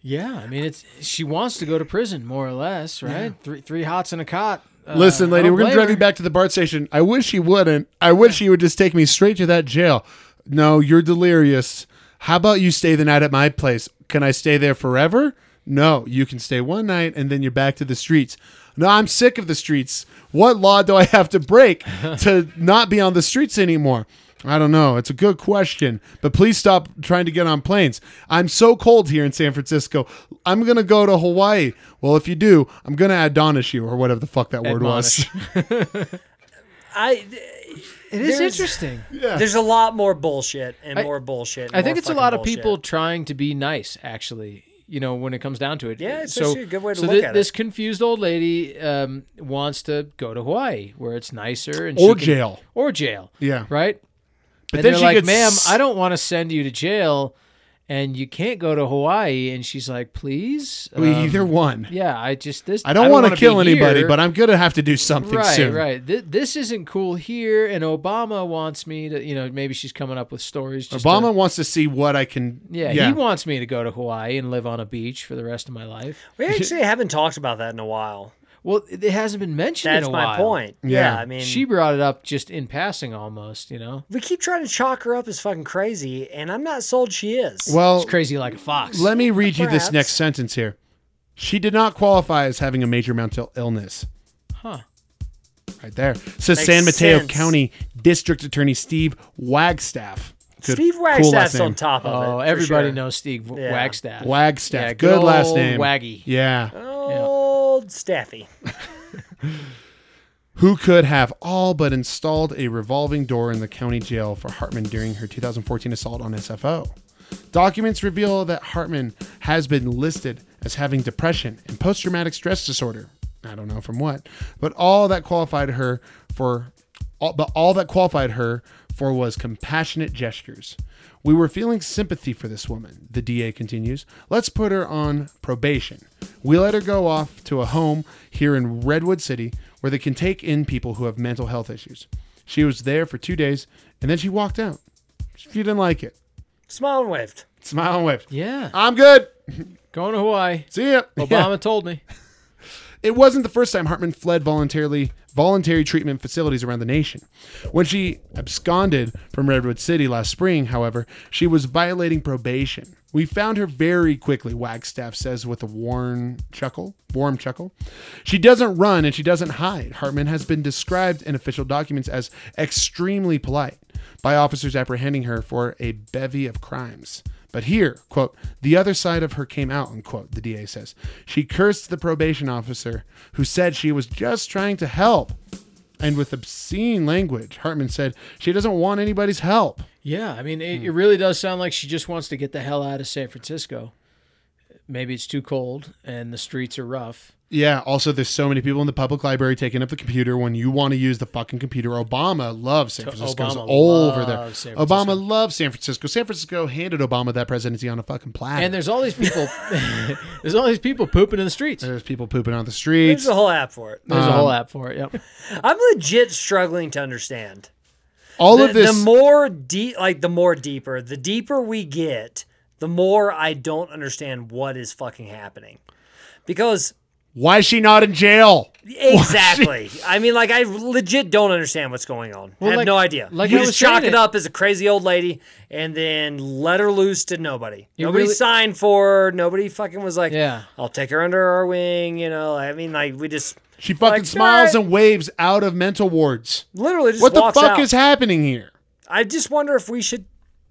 Yeah, I mean, it's she wants to go to prison more or less, right? Three three hots and a cot. Uh,
Listen,
I
lady,
don't
we're gonna
blame
drive you
her.
back to the BART station. I wish you wouldn't. I wish you would just take me straight to that jail. No, you're delirious. How about you stay the night at my place? Can I stay there forever? No, you can stay one night and then you're back to the streets. No, I'm sick of the streets. What law do I have to break to not be on the streets anymore? I don't know. It's a good question, but please stop trying to get on planes. I'm so cold here in San Francisco. I'm going to go to Hawaii. Well, if you do, I'm going to admonish you or whatever the fuck that word was.
Admonish.
I.
It is
There's-
interesting.
There's a lot more bullshit and
I-
more bullshit. and
I think
more
it's a
fucking
lot of
bullshit.
people trying to be nice, actually. You know, when it comes down to it.
Yeah, it's
so
actually a good way to
so
look
thi-
at it.
this confused old lady um, wants to go to Hawaii, where it's nicer and she
or
can-
jail.
or jail.
Yeah.
right? But
then
then they're
she
like,
gets-
"Ma'am, I don't want to send you to jail, and you can't go to Hawaii." And she's like, "Please,
We
um,
either one.
Yeah, I just this.
I don't, want to
wanna be
kill anybody,
here."
but I'm going to have to do something
right,
soon.
right. Th- this isn't cool here, and Obama wants me to. You know, maybe she's coming up with stories. Just
Obama
to-
wants to see what I can.
yeah,
yeah.
he wants me to go to Hawaii and live on a beach for the rest of my life.
We actually haven't talked about that in a while.
Well, it it hasn't been mentioned.
That's
in a
my
while.
point.
Yeah.
Yeah. I mean,
She brought it up just in passing, almost. You know,
we keep trying to chalk her up as fucking crazy, and I'm not sold she is.
well,
it's crazy like a fox.
let me read you this
Perhaps.
next sentence here. She did not qualify as having a major mental illness.
huh?
Right there. Says
Makes
San Mateo
sense.
County District Attorney Steve Wagstaff. Good-
Steve
cool last
Wagstaff's
name.
on top of it.
Oh,
for
everybody
sure.
knows Steve
Yeah.
Wagstaff.
Wagstaff.
Yeah,
good, last
old
name.
Waggy.
Yeah.
Old Staffy.
who could have all but installed a revolving door in the county jail for Hartman during her 2014 assault on SFO. Documents reveal that Hartman has been listed as having depression and post traumatic stress disorder. I don't know from what, but all that qualified her for all, but all that qualified her for was compassionate gestures. We were feeling sympathy for this woman, the DA continues. Let's put her on probation. We let her go off to a home here in Redwood City where they can take in people who have mental health issues. She was there for two days and then she walked out. She didn't like it.
Smile and waved.
Smile and waved.
Yeah,
I'm good.
going to Hawaii.
See ya.
Obama
Yeah.
told me.
It wasn't the first time Hartman fled voluntarily voluntary treatment facilities around the nation. When she absconded from Redwood City last spring, however, she was violating probation. We found her very quickly, Wagstaff says with a warm chuckle, warm chuckle. She doesn't run and she doesn't hide. Hartman has been described in official documents as extremely polite by officers apprehending her for a bevy of crimes. But here, quote, the other side of her came out, unquote, the DA says. She cursed the probation officer who said she was just trying to help. And with obscene language, Hartman said she doesn't want anybody's help.
Yeah, I mean,
Hmm.
it, it really does sound like she just wants to get the hell out of San Francisco. Maybe it's too cold and the streets are rough.
Yeah, also, there's so many people in the public library taking up the computer when you want to use the fucking computer. Obama loves San Francisco. He's
Obama
all over there.
loves San Francisco.
Obama loves San Francisco. San Francisco handed Obama that presidency on a fucking platter.
And there's all these people. there's all these people pooping in the streets. There's
there's people pooping on the
There's
streets.
a whole app for it.
a
um,
whole app for it. Yep.
I'm legit struggling to understand.
All
The,
of this.
the more deep, like the more deeper, the deeper we get, the more I don't understand what is fucking happening. Because
Why is she not in jail?
Exactly. I mean, like, I legit don't understand what's going on. I
Well,
have
like-
no idea.
like
you
I
just
was saying
chalk it
it-
up as a crazy old lady and then let her loose to nobody.
You
nobody
really-
signed for her. Nobody fucking was like,
Yeah.
I'll take her under our wing. You know, I mean, like, we just
She fucking
Like,
smiles
"Nah."
and waves out of mental wards.
literally just
What the
walks
fuck
out.
is happening here?
I just wonder if we should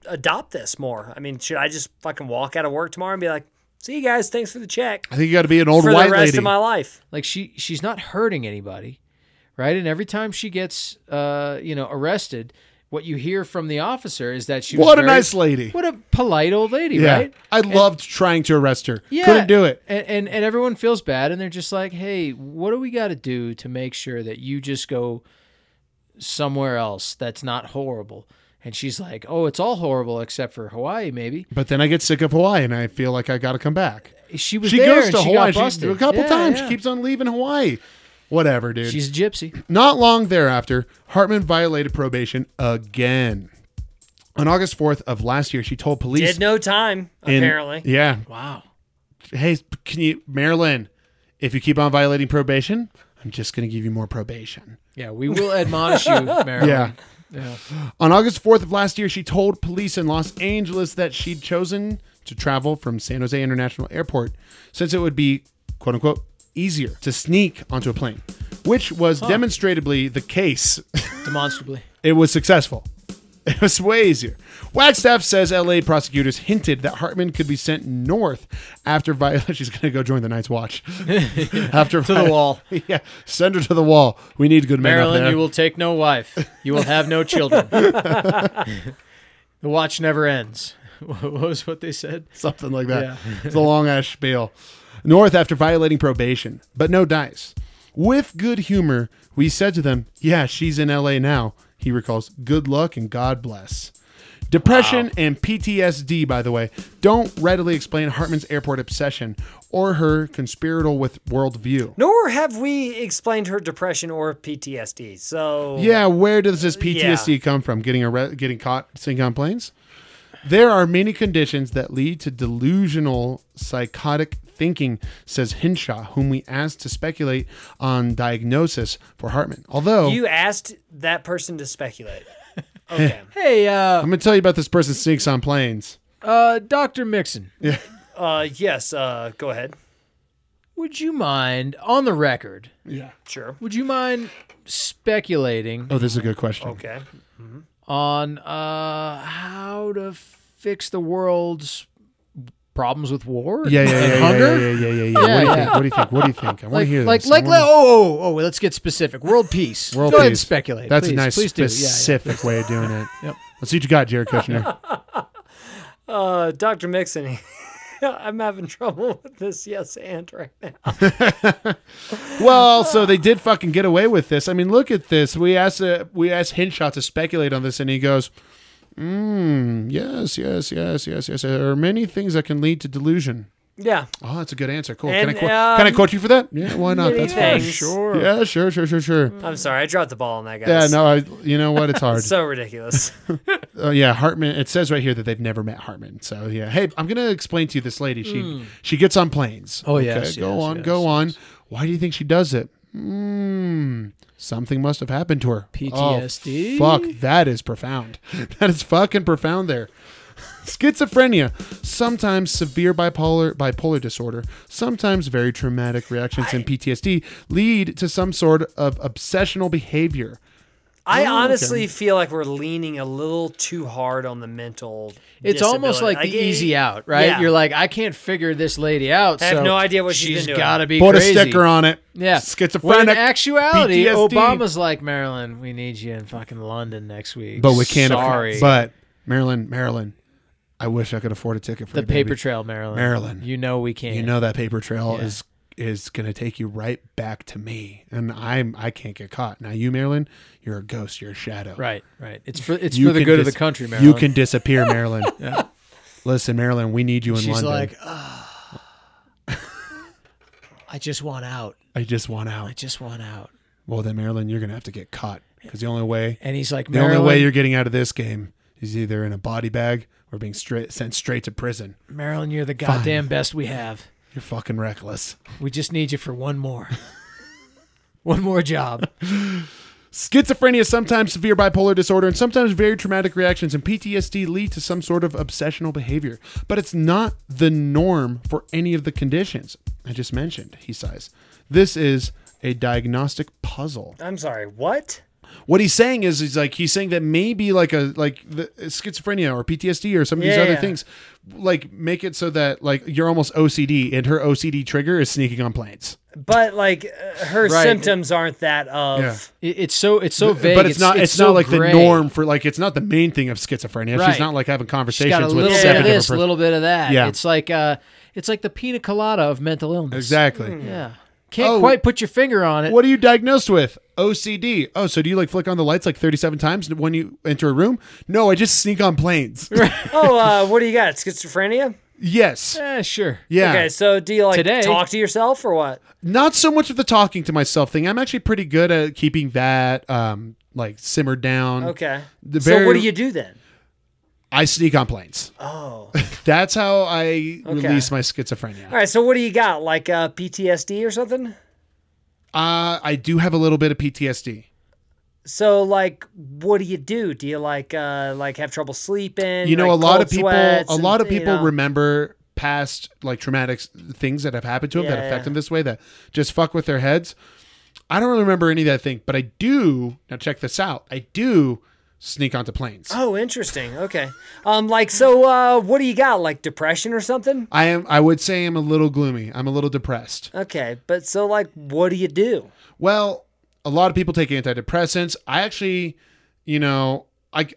adopt this more. I mean, should I just fucking walk out of work tomorrow and be like, see you guys, thanks for the check
I think you got to be an old
for
white
the rest
lady.
of my life?
Like she she's not hurting anybody, right? And every time she gets uh, you know, arrested, what you hear from the officer is that she was
what a
very-
nice lady.
What a polite old lady,
yeah.
right?
I loved trying to arrest her.
Yeah.
Couldn't do it.
And, and and everyone feels bad and they're just like, "Hey, what do we got to do to make sure that you just go somewhere else that's not horrible?" And she's like, "Oh, it's all horrible except for Hawaii maybe."
But then I get sick of Hawaii and I feel like I got to come back.
She was
She
there
goes
and
to
she
Hawaii
got
she,
busted
a couple
Yeah,
times.
yeah.
She keeps on leaving Hawaii. Whatever, dude.
She's a gypsy.
Not long thereafter, Hartman violated probation again. On August 4th of last year, she told police.
Did no time,
in-
apparently.
Yeah.
Wow.
Hey, can you, Marilyn, if you keep on violating probation, I'm just going to give you more probation.
Yeah, we will admonish you, Marilyn.
Yeah. On August 4th of last year, she told police in Los Angeles that she'd chosen to travel from San Jose International Airport since it would be, quote unquote, easier to sneak onto a plane, which was demonstrably the case.
demonstrably.
It was successful. It was way easier. Wagstaff says LA prosecutors hinted that Hartman could be sent north after Viola. She's going to go join the Night's Watch. after
To the wall.
Yeah, send her to the wall. We need good men up
Marilyn,
there.
you will take no wife. You will have no children. the watch never ends. What was what they said?
Something like that.
Yeah.
it's a long ass spiel. North after violating probation, but no dice. With good humor, we said to them, Yeah, she's in LA now. He recalls, Good luck and God bless. Depression and PTSD, by the way, don't readily explain Hartman's airport obsession or her conspiratorial with worldview.
Nor have we explained her depression or PTSD. So
Yeah, where does this PTSD come from? Getting arre- getting caught sitting on planes? There are many conditions that lead to delusional psychotic thinking, says Hinshaw, whom we asked to speculate on diagnosis for Hartman.
Oh.
Although
you asked that person to speculate. Okay.
Hey, uh,
I'm going to tell you about this person sneaks on planes.
uh, Doctor Mixon,
uh, yes. Uh, go ahead.
would you mind on the record?
Sure.
Would you mind speculating
Oh, this is a good question.
Okay.
on uh, how to fix the world's problems with war?
Yeah, yeah,
and
yeah, yeah,
hunger?
yeah, yeah, yeah, yeah. What do you
Yeah,
think? What do you think? What do you think? I want to
Like,
hear
like,
this. I
like,
wanna-
oh, oh, oh, let's get specific. World peace.
World
Go ahead and
peace.
speculate.
That's a
please,
nice
please do. Yeah, yeah.
specific way of doing it.
Yep.
Let's see what you got, Jared Kushner.
Uh, Dr. Mixon, I'm having trouble with this yes and right now.
Well, so they did fucking get away with this. I mean, look at this. We asked uh, we asked Hinshaw to speculate on this, and he goes, mm, "Yes, yes, yes, yes, yes. There are many things that can lead to delusion."
Yeah.
Oh, that's a good answer. Cool.
And,
can I qu- can I
um,
quote you for that? Yeah, why not?
many
That's fine.
thanks.
Sure.
Yeah, sure, sure, sure, sure.
I'm sorry. I dropped the ball on that, guy.
Yeah, no, I, you know what? It's hard.
So ridiculous.
Uh, yeah, Hartman. It says right here that they've never met Hartman. So yeah, hey, I'm gonna explain to you this lady. She she gets on planes.
Hmm. Oh, yes,
go
yes,
on,
yes,
go on. Why do you think she does it? Mm, something must have happened to her. Oh,
PTSD?
fuck, that is profound. That is fucking profound. There. Schizophrenia, sometimes severe bipolar bipolar disorder, sometimes very traumatic reactions and PTSD lead to some sort of obsessional behavior.
I
Oh,
honestly
okay.
feel like we're leaning a little too hard on the mental.
It's almost like
disability. eh,
the easy out, right?
yeah.
You're like, I can't figure this lady out.
I have
so
no idea what she's been
she's
doing.
got to be
Put
crazy.
a sticker on it.
Yeah,
schizophrenic.
When in actuality,
PTSD.
Obama's like Marilyn. We need you in fucking London next week.
But we can't
Sorry,
afford. But Maryland, Maryland, I wish I could afford a ticket for
the
you, baby.
paper trail, Marilyn.
Marilyn.
you know we can't.
You know that paper trail
Yeah.
is is gonna take you right back to me, and I'm I can't get caught. Now you, Maryland, you're a ghost. You're a shadow.
right? Right. It's for it's
You
for the
can
good of
dis-
the country, Marilyn.
You can disappear, Maryland. Listen, Maryland, we need you in
She's
London.
like, ah, I just want out.
I just want
I
out.
just want out.
Well, then, Maryland, you're gonna have to get caught because the only way
And he's like,
the only way
Marilyn,
you're getting out of this game is either in a body bag or being straight sent straight to prison.
Marilyn, you're the goddamn best we have.
You're fucking reckless.
We just need you for one more. one more job.
Schizophrenia, sometimes severe bipolar disorder, and sometimes very traumatic reactions, and PTSD lead to some sort of obsessional behavior. But it's not the norm for any of the conditions I just mentioned, he says. This is a diagnostic puzzle.
I'm sorry, what?
What he's saying is, he's like, he's saying that maybe like a, like the schizophrenia or PTSD or some of these
Yeah,
other
yeah.
things, like make it so that like you're almost OCD and her OCD trigger is sneaking on planes.
But like uh, her
Right.
symptoms aren't that of.
Yeah.
It, it's so it's so vague.
But it's, not. It's,
so
not like
gray.
the norm for like. It's not the main thing of schizophrenia.
Right.
She's not like having
It's
conversations
got a
with
little bit
seven
of
different
this, a
pers-
little bit of that.
Yeah.
It's like uh, it's like the pina colada of mental illness.
Exactly.
Hmm. Yeah. Can't
Oh.
quite put your finger on it.
What are you diagnosed with? OCD. Oh, so do you like flick on the lights like 37 times when you enter a room? No, I just sneak on planes.
Oh, uh, what do you got? Schizophrenia?
yes.
Eh, sure.
Yeah.
Okay, so do you like
Today-
talk to yourself or what?
Not so much of the talking to myself thing. I'm actually pretty good at keeping that um like simmered down.
Mm.
Okay.
The
So what
very-
do you do then?
I sneak on planes.
Oh.
That's how I release my schizophrenia.
All right, so what do you got? Like uh, PTSD or something?
Uh, I do have a little bit of PTSD.
So like, what do you do? Do you like uh like have trouble sleeping?
you know
like,
a lot
cold
of people
sweats
a
and,
lot of
you
people
know?
remember past like traumatic s- things that have happened to them that
Yeah,
affect
yeah.
them this way that just fuck with their heads i don't really remember any of that thing but i do now check this out i do sneak onto planes
Oh, interesting. Okay. Um, like so, uh, what do you got? Like depression or something?
i am i would say i'm a little gloomy i'm a little depressed
Okay, but so like, what do you do?
well a lot of people take antidepressants i actually you know i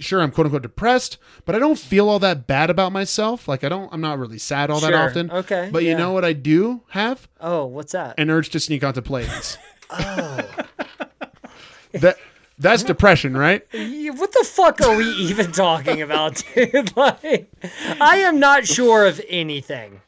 sure i'm quote unquote depressed but i don't feel all that bad about myself like i don't i'm not really sad all that
Sure.
often
Okay,
but you
yeah.
know what i do have
Oh, what's that?
an urge to sneak onto planes. oh. That that's depression, right?
You- What the fuck are we even talking about, dude? Like, I am not sure of anything.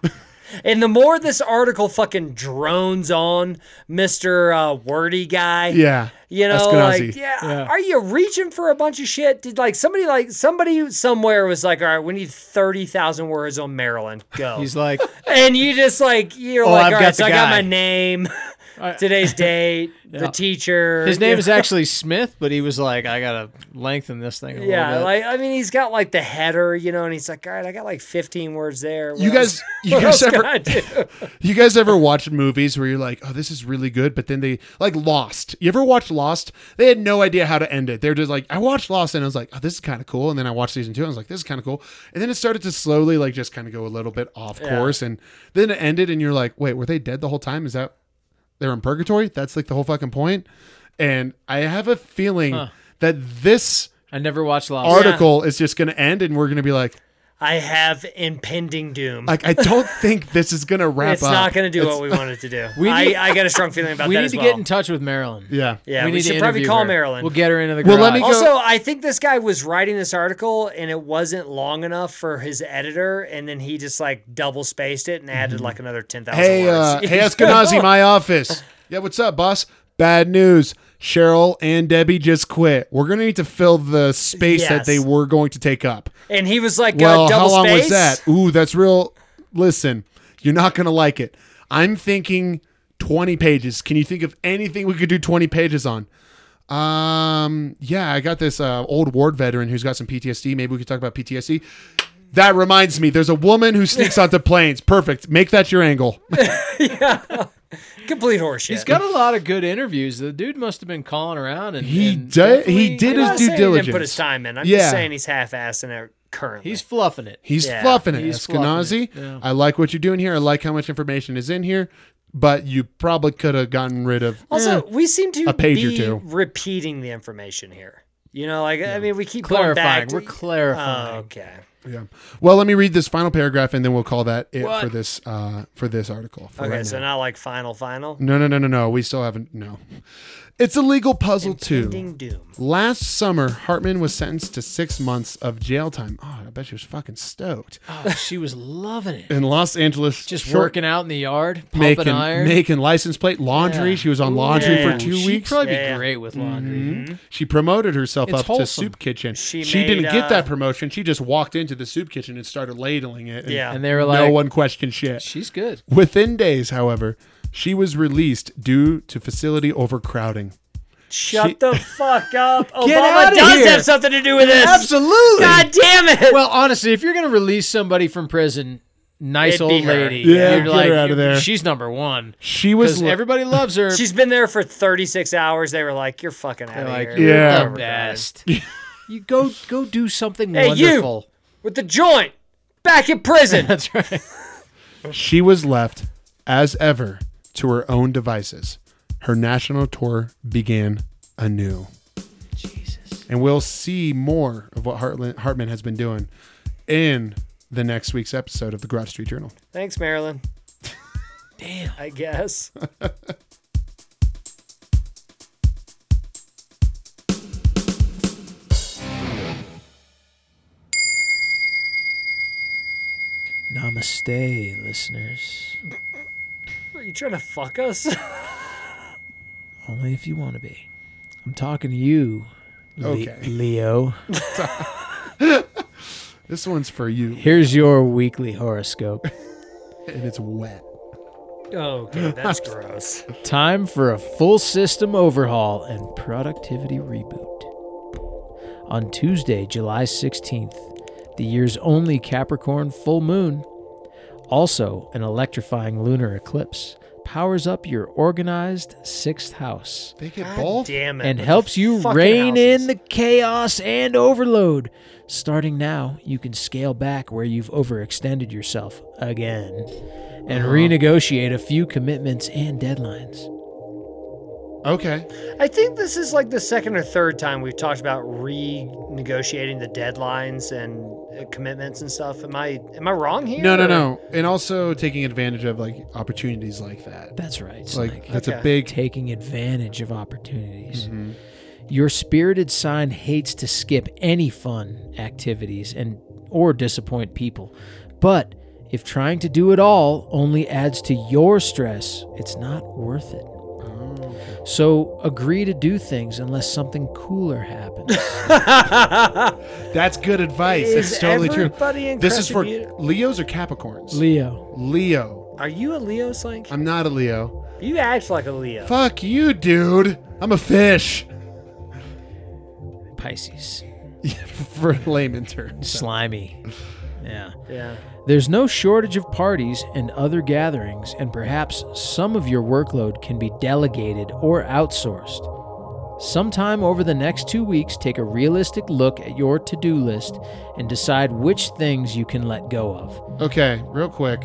And the more this article fucking drones on, Mister uh, Wordy guy,
Yeah.
You know,
Eskenazi.
like, yeah, Are you reaching for a bunch of shit? Did like somebody like somebody somewhere was like, all right, we need thirty thousand words on Maryland. Go.
He's like, "Oh,
and you just like you're like,
I've
all
got
right, so
the
I got my
guy."
name, today's date, the teacher.
his name
you
is actually Smith, but he was like, I gotta lengthen this thing a
know,
little
Yeah,
bit.
like I mean, he's got like the header, you know, and he's like, all right, I got like fifteen words there. What
You guys-
else-
you
what
guys
else can
ever-
I do?
You guys ever watch movies where you're like, "Oh, this is really good," but then they like Lost. You ever watch Lost? They had no idea how to end it. They're just like, "I watched Lost and I was like, "Oh, this is kind of cool." And then I watched season 2 and I was like, "This is kind of cool." And then it started to slowly like just kind of go a little bit off course and then it ended and you're like, "Wait, were they dead the whole time? Is that they're in purgatory?" That's like the whole fucking point. And I have a feeling that this
I never watched Lost.
article is just going to end and we're going to be like
I have impending doom.
like I don't think this is going to wrap
it's
up.
not going to do
It's-
what we wanted to do.
We need-
I, I got a strong feeling about
we
that
need
as
to
well.
get in touch with Marilyn.
Yeah.
yeah, we,
need
should
to
probably
interview
call
her.
Marilyn.
We'll get her into the garage.
Well, let me go-
Also, I think this guy was writing this article and it wasn't long enough for his editor, and then he just like double spaced it and added like another ten thousand
Mm-hmm. Hey, uh,
words.
hey, Eskenazi, my office. Yeah, what's up, boss? Bad news. Cheryl and Debbie just quit. We're going to need to fill the space
Yes.
that they were going to take up.
and he was like,
Well,
uh,
how
double
long
space?
was that? Ooh, that's real. Listen, you're not going to like it. I'm thinking 20 pages. Can you think of anything we could do 20 pages on? Um, yeah, I got this uh, old ward veteran who's got some PTSD. Maybe we could talk about PTSD. That reminds me, there's a woman who sneaks onto planes. Perfect. Make that your angle.
Complete horseshit.
He's got a lot of good interviews. The dude must have been calling around, and
He
and
did- he
definitely-
did
I'm
his
not
due
saying he didn't put
diligence.
his time in. I'm
Yeah.
just saying he's half assing it currently.
He's fluffing it.
He's
Yeah,
fluffing it,
he's
Eskenazi.
fluffing it, yeah.
I like what you're doing here. I like how much information is in here, but you probably could have gotten rid of. eh,
also we seem to
a page or
be
two.
repeating the information here. You know, like I mean, we keep
clarifying.
Going back to-
We're clarifying.
Oh, okay.
Yeah. Well, let me read this final paragraph, and then we'll call that it
What?
for this uh, for this article. for
Okay,
right
so
now.
not like final, final.
no, no, no, no, no. We still haven't. No, it's a legal puzzle too.
Impending doom.
Last summer, Hartman was sentenced to six months of jail time. Oh, I bet she was fucking stoked
Oh, she was loving it.
in Los Angeles.
Just
short-
working out in the yard, pumping
making
iron.
making license plate laundry.
Yeah.
She was on
Ooh,
laundry
yeah.
for two
She'd
weeks.
probably
Yeah.
be great with laundry.
She promoted herself
It's
up to
wholesome.
soup kitchen. She,
She
didn't
made,
get that
uh,
promotion. She just walked into to the soup kitchen and started ladling it. and
Yeah.
And they were
no
like,
one questioned shit.
she's good.
Within days, however, she was released due to facility overcrowding.
Shut
She-
the fuck up. Obama
Get outta
does
here.
have something to do with this.
Absolutely.
God damn it.
Well, honestly, if you're gonna release somebody from prison, nice
It'd be
old
her.
lady.
Yeah,
you're
get her
like,
outta there.
She's number one
She was
because everybody loves her.
She's been there for 36 hours. They were like, "You're fucking out
They're
of
like,
here."
you're
Yeah.
the best. you go go do something
Hey, you.
wonderful.
With the joint, back in prison.
That's right.
she was left, as ever, to her own devices. Her national tour began anew. Jesus. And we'll see more of what Hartland, Hartman has been doing in the next week's episode of the Garage Street Journal.
Thanks, Marilyn. Damn. I guess.
Namaste, listeners.
Are you trying to fuck us?
Only if you want to be. I'm talking to you, Le-
Okay.
Leo.
This one's for you,
Here's your weekly horoscope.
and it's wet.
okay, that's gross.
Time for a full system overhaul and productivity reboot. On Tuesday, July 16th, the year's only Capricorn full moon, also an electrifying lunar eclipse, powers up your organized sixth house
They get
God
both.
damn it.
and
with
helps
the
you
fucking
rein in
houses.
the chaos and overload. Starting now, you can scale back where you've overextended yourself again
Uh-huh.
and renegotiate a few commitments and deadlines.
Okay.
I think this is like the second or third time we've talked about renegotiating the deadlines and uh, commitments and stuff. Am I am I wrong here?
No, no,
or-
no. And also taking advantage of like opportunities like that.
That's right.
Like,
Snake.
that's
Okay.
a big.
taking advantage of opportunities. Your spirited sign hates to skip any fun activities and or disappoint people. But if trying to do it all only adds to your stress, it's not worth it. So agree to do things unless something cooler happens.
That's good advice.
Is
That's totally true.
everybody in
This is for
Crested
Leos or Capricorns?
Leo.
Leo.
Are you a Leo, Slink?
I'm not a Leo.
You act like a Leo.
Fuck you, dude. I'm a fish.
Pisces.
for layman terms.
Slimy. Yeah.
Yeah.
There's no shortage of parties and other gatherings, and perhaps some of your workload can be delegated or outsourced. Sometime over the next two weeks, take a realistic look at your to do list and decide which things you can let go of.
Okay, real quick.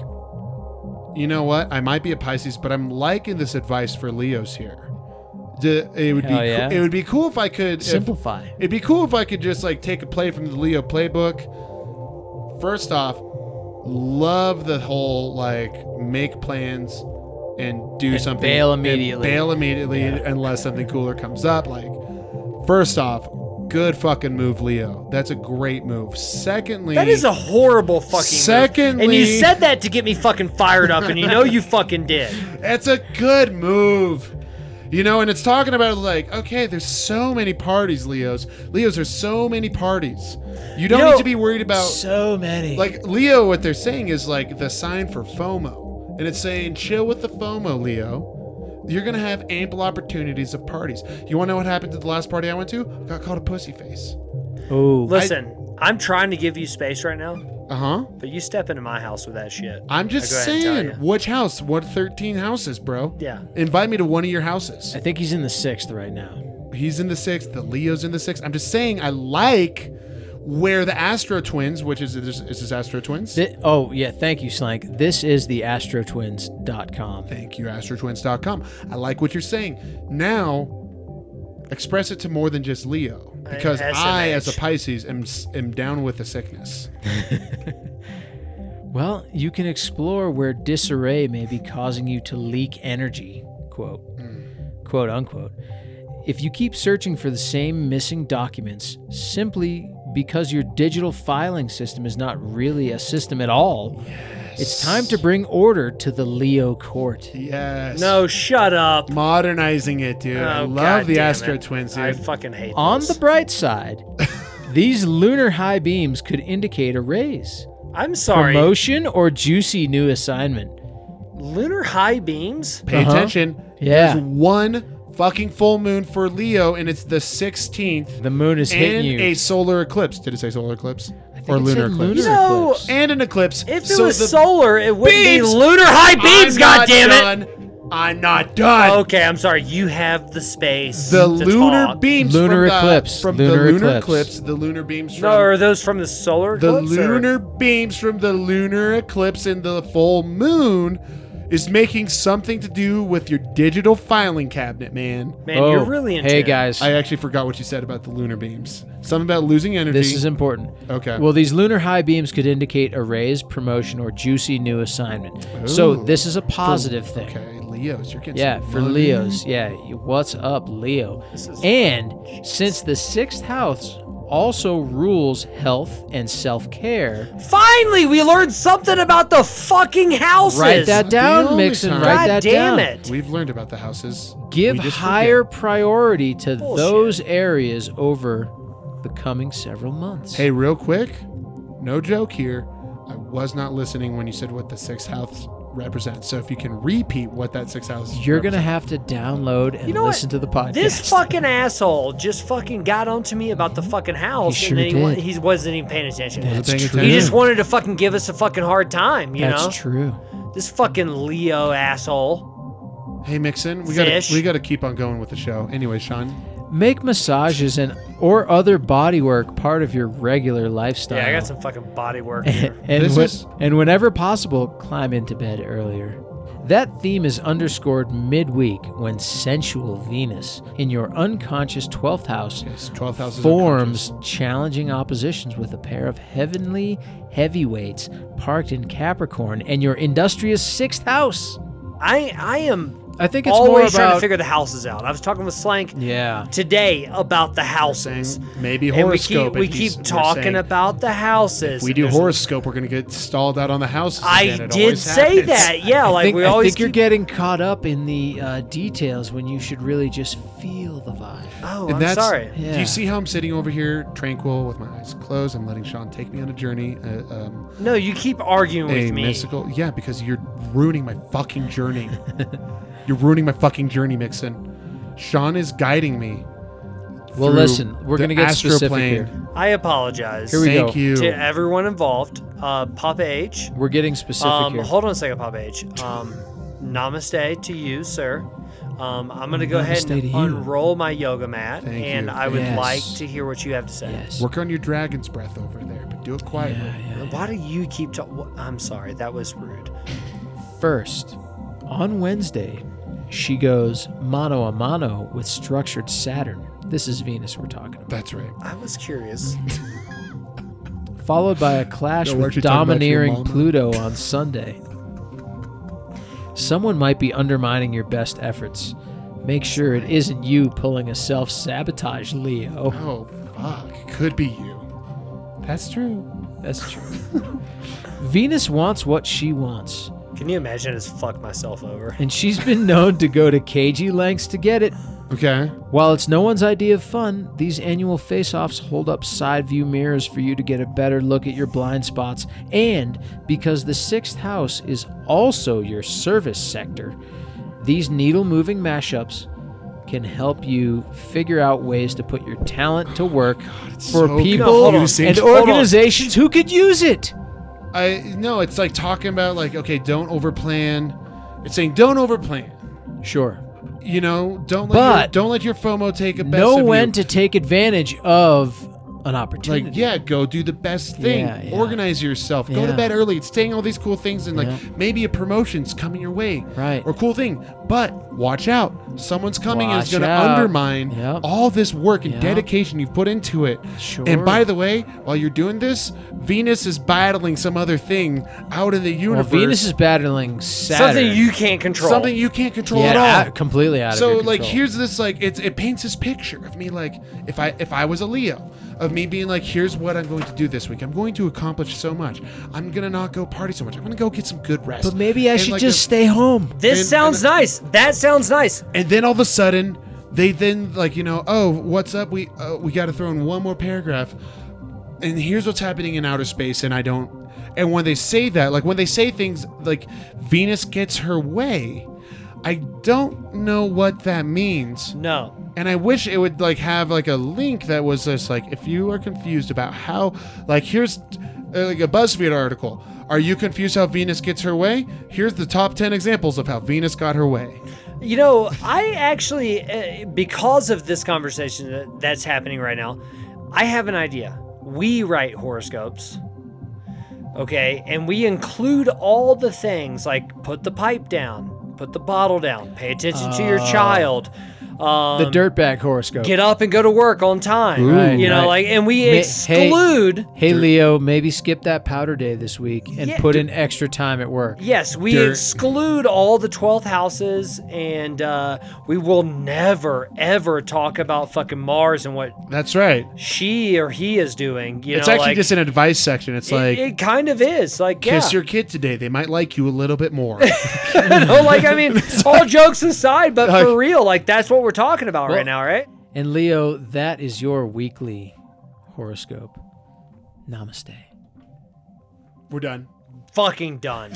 You know what? I might be a Pisces, but I'm liking this advice for Leos here. D- it would be
Hell yeah.
coo- it would be cool if I could. If,
Simplify.
it'd be cool if I could just like take a play from the Leo playbook. First off, love the whole like make plans and do
And
something.
bail
and
immediately.
bail immediately unless something cooler comes up. Like, first off, good fucking move, Leo. That's a great move. Secondly,
That is a horrible fucking. move. and you
Secondly-
said that to get me fucking fired up, and you know you fucking did.
It's a good move. You know, and it's talking about like, okay, there's so many parties, Leos. Leos are so many parties. You don't
know-
need to be worried about
So many.
like Leo what they're saying is like the sign for FOMO. And it's saying chill with the FOMO, Leo. You're going to have ample opportunities of parties. You want to know what happened to the last party I went to? Got called a pussy face.
oh,
Listen, I, am trying to give you space right now,
Uh-huh.
but you step into my house with that shit.
I'm just
Go ahead and tell
saying,
ya.
which house? What 13 houses, bro?
Yeah.
Invite me to one of your houses.
I think he's in the sixth right now.
He's in the sixth. The Leo's in the sixth. I'm just saying, I like where the Astro Twins, which is is this Astro Twins?
Thi- oh, yeah. Thank you, Slank. This is the astrotwins.com.
Thank you, AstroTwins.com. I like what you're saying. Now, express it to more than just Leo, because I, as a
SMH.
Pisces, am s- am down with the sickness.
Well, you can explore where disarray may be causing you to leak energy, quote, quote unquote. If you keep searching for the same missing documents simply because your digital filing system is not really a system at all, it's time to bring order to the Leo court.
Yes.
No, shut up.
Modernizing it, dude. I
Oh,
love
God
the
damn
Astro
it.
Twins, dude.
I fucking hate
On
this.
the bright side, These lunar high beams could indicate a raise,
I'm sorry.
promotion, or juicy new assignment.
Lunar high beams?
Pay
Uh-huh.
attention.
Yeah.
There's one fucking full moon for Leo, and it's the 16th.
The moon is hitting
and
you.
a solar eclipse. Did it say solar eclipse?
I think
Or
it
lunar
said
eclipse?
lunar
You know,
eclipse.
And an eclipse.
If it
So
was
the-
solar, it wouldn't
Beams!
be lunar high beams,
I'm not
goddammit! Oh,
done. I'm not done.
Okay, I'm sorry. You have the space.
The
to
lunar
talk.
beams
Lunar
from
eclipse.
The, from
Lunar
the lunar
eclipse.
eclipse. The lunar beams from
No, are those from the solar
the
eclipse, or-
lunar beams from the lunar eclipse and the full moon is making something to do with your digital filing cabinet, man.
Man, you're really in
Oh, Hey
tune.
guys,
I actually forgot what you said about the lunar beams. Something about losing energy.
this is important.
Okay.
Well, these lunar high beams could indicate a raise, promotion, or juicy new assignment. So
Ooh.
this is a positive thing.
okay, Leos, you're getting
Yeah,
some
for
money.
Leos. Yeah, you- what's up, Leo? And since the sixth house also rules health and self care,
Finally, we learned something about the fucking houses.
write that
the
down,
only
Mixon.
time.
Write
God
that
damn
down.
it.
We've learned about the houses.
Give
We just
higher
forget.
priority to
Bullshit.
those areas over the coming several months.
Hey, real quick, no joke here. I was not listening when you said what the sixth house represents. So if you can repeat what that sixth house
you're gonna have to download and
You know
listen
what?
to the podcast.
This fucking asshole just fucking got onto me about the fucking house,
He sure
and then he, wa-
did.
he wasn't even paying attention.
That's
paying
true.
he
attention.
just wanted to fucking give us a fucking hard time, you
That's
know?
true.
This fucking Leo asshole.
Hey Mixon, we
Fish.
gotta we gotta keep on going with the show. Anyway, Sean,
Make massages and or other bodywork part of your regular lifestyle.
Yeah, I got some fucking body work
and,
here.
and
This
when-
is-
and whenever possible, climb into bed earlier. That theme is underscored midweek when sensual Venus in your unconscious 12th house
yes, twelve thousand
forms challenging oppositions with a pair of heavenly heavyweights parked in Capricorn and your industrious 6th house.
I I am
I think it's more
always
about
trying to figure the houses out. I was talking with Slank
Yeah.
today about the
Mm-hmm.
houses.
maybe
And we
horoscope.
keep, we
and he's-
keep
we're
talking
saying,
about the houses.
If we do
There's-
horoscope, we're gonna get stalled out on the houses. again.
I
It
did
always
say
happens.
that. Yeah,
I
like
think,
we
I
always
think you're
keep-
getting caught up in the uh, details when you should really just feel the vibe.
Oh,
And
I'm
that's,
sorry.
Yeah.
Do you see how I'm sitting over here, tranquil, with my eyes closed? I'm letting Sean take me on a journey. Uh, um,
No, you keep arguing
a
with me.
mystical. Yeah, because you're ruining my fucking journey. you're ruining my fucking journey, Mixon. Sean is guiding me. through
Well, listen, we're
the
going to get
astral
specific
plane.
here.
I apologize
Here we
Thank
go.
you.
to everyone involved. Uh, Papa H.
We're getting specific
Um,
here.
hold on a second, Papa H. Um, namaste to you, sir. Um, I'm going to go ahead
Namaste to
and
you.
unroll my yoga mat,
Thank
and
you.
I would
Yes.
like to hear what you have to say.
yes.
Work on your dragon's breath over there, but do it quietly.
Why do you keep talking? I'm sorry, that was rude.
First, on Wednesday, she goes mano a mano with structured Saturn. This is Venus we're talking about.
That's right.
I was curious.
Followed by a clash
No, we're
with
actually talking about your
domineering
mama.
Pluto on Sunday. Someone might be undermining your best efforts. Make sure it isn't you pulling a self sabotage, Leo.
Oh, fuck. Could be you. That's true.
That's true. Venus wants what she wants,
Can you imagine? I Just fuck myself over.
and she's been known to go to cagey lengths to get it.
Okay.
While it's no one's idea of fun, these annual face offs hold up side view mirrors for you to get a better look at your blind spots. And because the sixth house is also your service sector, these needle moving mashups can help you figure out ways to put your talent to work for
so
people
confusing.
and
Hold on.
organizations who could use it.
I no, it's like talking about like okay, don't overplan. It's saying don't overplan.
Sure.
You know, don't let
But-
your, don't let your FOMO take a best
know
of
when
you.
to take advantage of an opportunity.
like yeah, go do the best thing.
Yeah, yeah.
Organize yourself. Go to
Yeah.
bed early. It's saying all these cool things and like
Yeah.
maybe a promotion's coming your way.
Right.
Or cool thing. But watch out. Someone's coming and is
Watch
going to
out.
undermine
Yep.
all this work and
Yep.
dedication you've put into it.
Sure.
And by the way, while you're doing this, Venus is battling some other thing out in the
well,
universe.
Venus is battling Saturn.
Something you can't control.
something you can't control
yeah,
at all.
out- completely out
so
of your
like
control.
here's this like it's it paints this picture of me like if i if i was a leo of me being like here's what i'm going to do this week i'm going to accomplish so much i'm gonna not go party so much i'm gonna go get some good rest
But maybe I
And,
should
like,
just
the-
stay home.
this
and-
sounds
and-
nice. That sounds nice.
and then all of a sudden They then like you know, oh, what's up? We uh, we got to throw in one more paragraph, and here's what's happening in outer space, and I don't. And when they say that, like when they say things like Venus gets her way, I don't know what that means.
No.
And I wish it would like have like a link that was just like if you are confused about how like here's uh, like a BuzzFeed article. Are you confused how Venus gets her way? Here's the top 10 examples of how Venus got her way.
You know, I actually, uh, because of this conversation that- that's happening right now, I have an idea. We write horoscopes, okay, and we include all the things like put the pipe down, put the bottle down, pay attention to your child, um,
Uh. The dirtbag horoscope.
get up and go to work on time.
Ooh.
you know,
Right.
like, and we
Ma- hey.
exclude.
hey Leo, maybe skip that powder day this week and
Yeah,
put
d-
in extra time at work.
Yes, we
Dirt.
exclude all the 12th houses, and uh, we will never, ever talk about fucking Mars and what
That's right.
she or he is doing. You
it's
know,
actually
like,
just an advice section. It's
it,
like
it kind of is like
kiss
yeah.
your kid today. They might like you a little bit more.
You know, like I mean, all jokes aside, but for
Like-
real, like that's what we're talking about right now, right?
And Leo, that is your weekly horoscope. Namaste.
We're done.
Fucking done.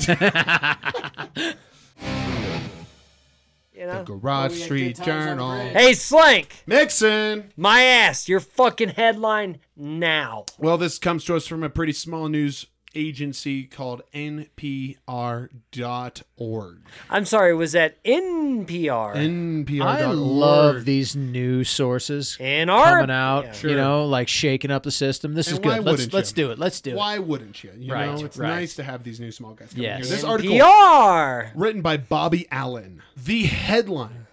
you know?
Garage Street Journal.
Hey, Slank,
Nixon.
my ass, your fucking headline now.
Well, this comes to us from a pretty small news agency called npr.org.
I'm sorry, was that NPR?
npr.org.
I love these new sources
in our
coming out.
Yeah.
You know, like shaking up the system. This
And
is
why
good. Let's
wouldn't
let's
you?
do it. Let's do it.
Why wouldn't you? You
Right,
know, it's
right.
nice to have these new small guys. Coming
Yes.
here. This article
NPR.
written by Bobby Allen. The headline: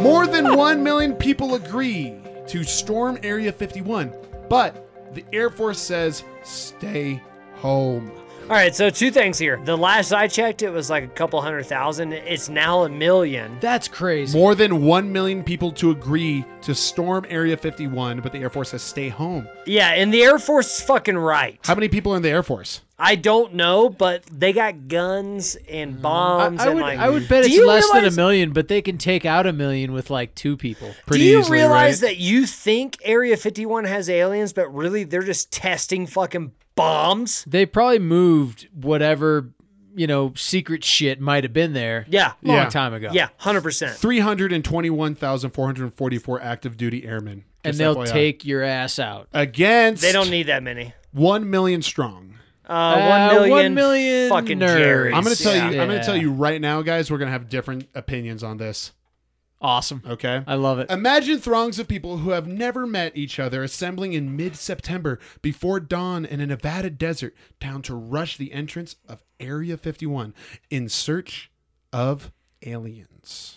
More than one million people agree to storm Area 51, but the Air Force says stay home.
All right, so two things here. The last I checked, it was like a couple hundred thousand. It's now a million.
That's crazy.
More than 1 million people to agree to storm Area 51, but the Air Force says stay home.
Yeah, and the Air Force is fucking right.
How many people are in the Air Force?
I don't know, but they got guns and
I,
bombs.
I
and
would,
like,
I would bet
Mm-hmm. Do
it's
you
less than a
realize-
million, but they can take out a million with like two people.
Do
Pretty
you
easily,
realize
right?
that you think Area 51 has aliens, but really they're just testing fucking bombs?
they probably moved whatever you know secret shit might have been there?
Yeah.
long
Yeah.
time ago.
Yeah, 100%.
321,444 active duty airmen.
and
Just
they'll
FYI.
take your ass out.
against
They don't need that many.
1 million strong.
Uh,
Uh,
1 million,
one million
fucking
nerds.
Jerry's.
I'm going to tell
Yeah.
you I'm going
Yeah.
to tell you right now guys, we're going to have different opinions on this,
Awesome.
okay?
I love it.
Imagine throngs of people who have never met each other assembling in mid-September before dawn in a Nevada desert town to rush the entrance of Area 51 in search of aliens.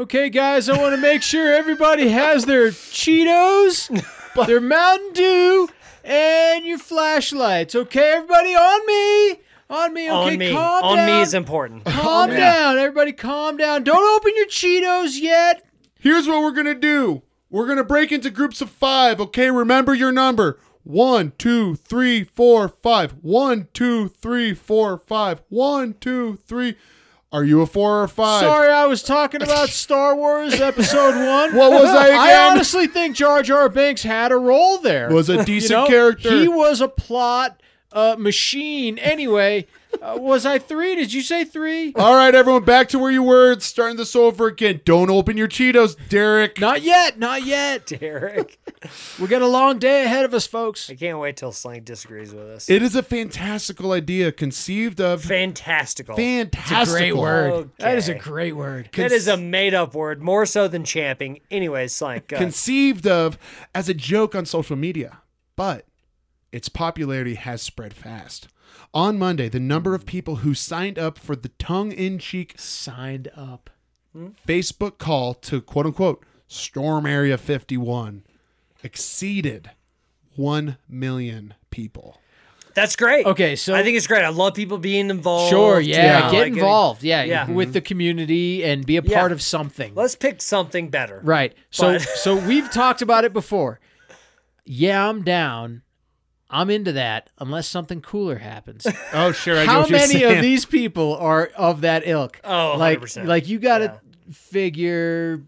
Okay, guys, I want to make sure everybody has their Cheetos, their Mountain Dew, and your flashlights. Okay, everybody, on me, on me. Okay,
on me.
calm
On
down.
me is important.
Calm down, everybody. Calm down. Don't open your Cheetos yet.
Here's what we're gonna do. We're gonna break into groups of five. Okay, remember your number. One, two, three, four, five. One, two, three, four, five. One, two, three. Are you a four or five?
Sorry, I was talking about Star Wars Episode One.
What was I
I
again?
honestly think Jar Jar Binks had a role there.
Was a
You
decent
know,
character.
He was a plot uh, machine. Anyway, uh, was I three? Did you say three?
All right, everyone, back to where you were. It's starting this over again. Don't open your Cheetos, Derek.
Not yet. Not yet.
Derek.
We got a long day ahead of us, folks.
I can't wait till Slank disagrees with us.
It is a fantastical idea conceived of.
Fantastical.
Fantastical.
That is a
Okay.
great word.
that is a made up word, more so than champing. Anyway, Slank. go.
conceived of as a joke on social media, but its popularity has spread fast. On Monday, the number of people who signed up for the tongue in cheek
Signed up.
Facebook call to quote unquote Storm Area 51 exceeded 1 million people.
That's great.
Okay, so-
I think it's great. I love people being involved.
Sure.
you
Yeah.
know,
Get
like,
involved. Yeah.
yeah.
With the community and be a
Yeah.
part of something.
Let's pick something better.
Right. So
But-
so we've talked about it before. Yeah, I'm down. I'm into that unless something cooler happens.
Oh, sure. I
How many of these people are of that ilk?
Oh,
like
100%.
like you got to figure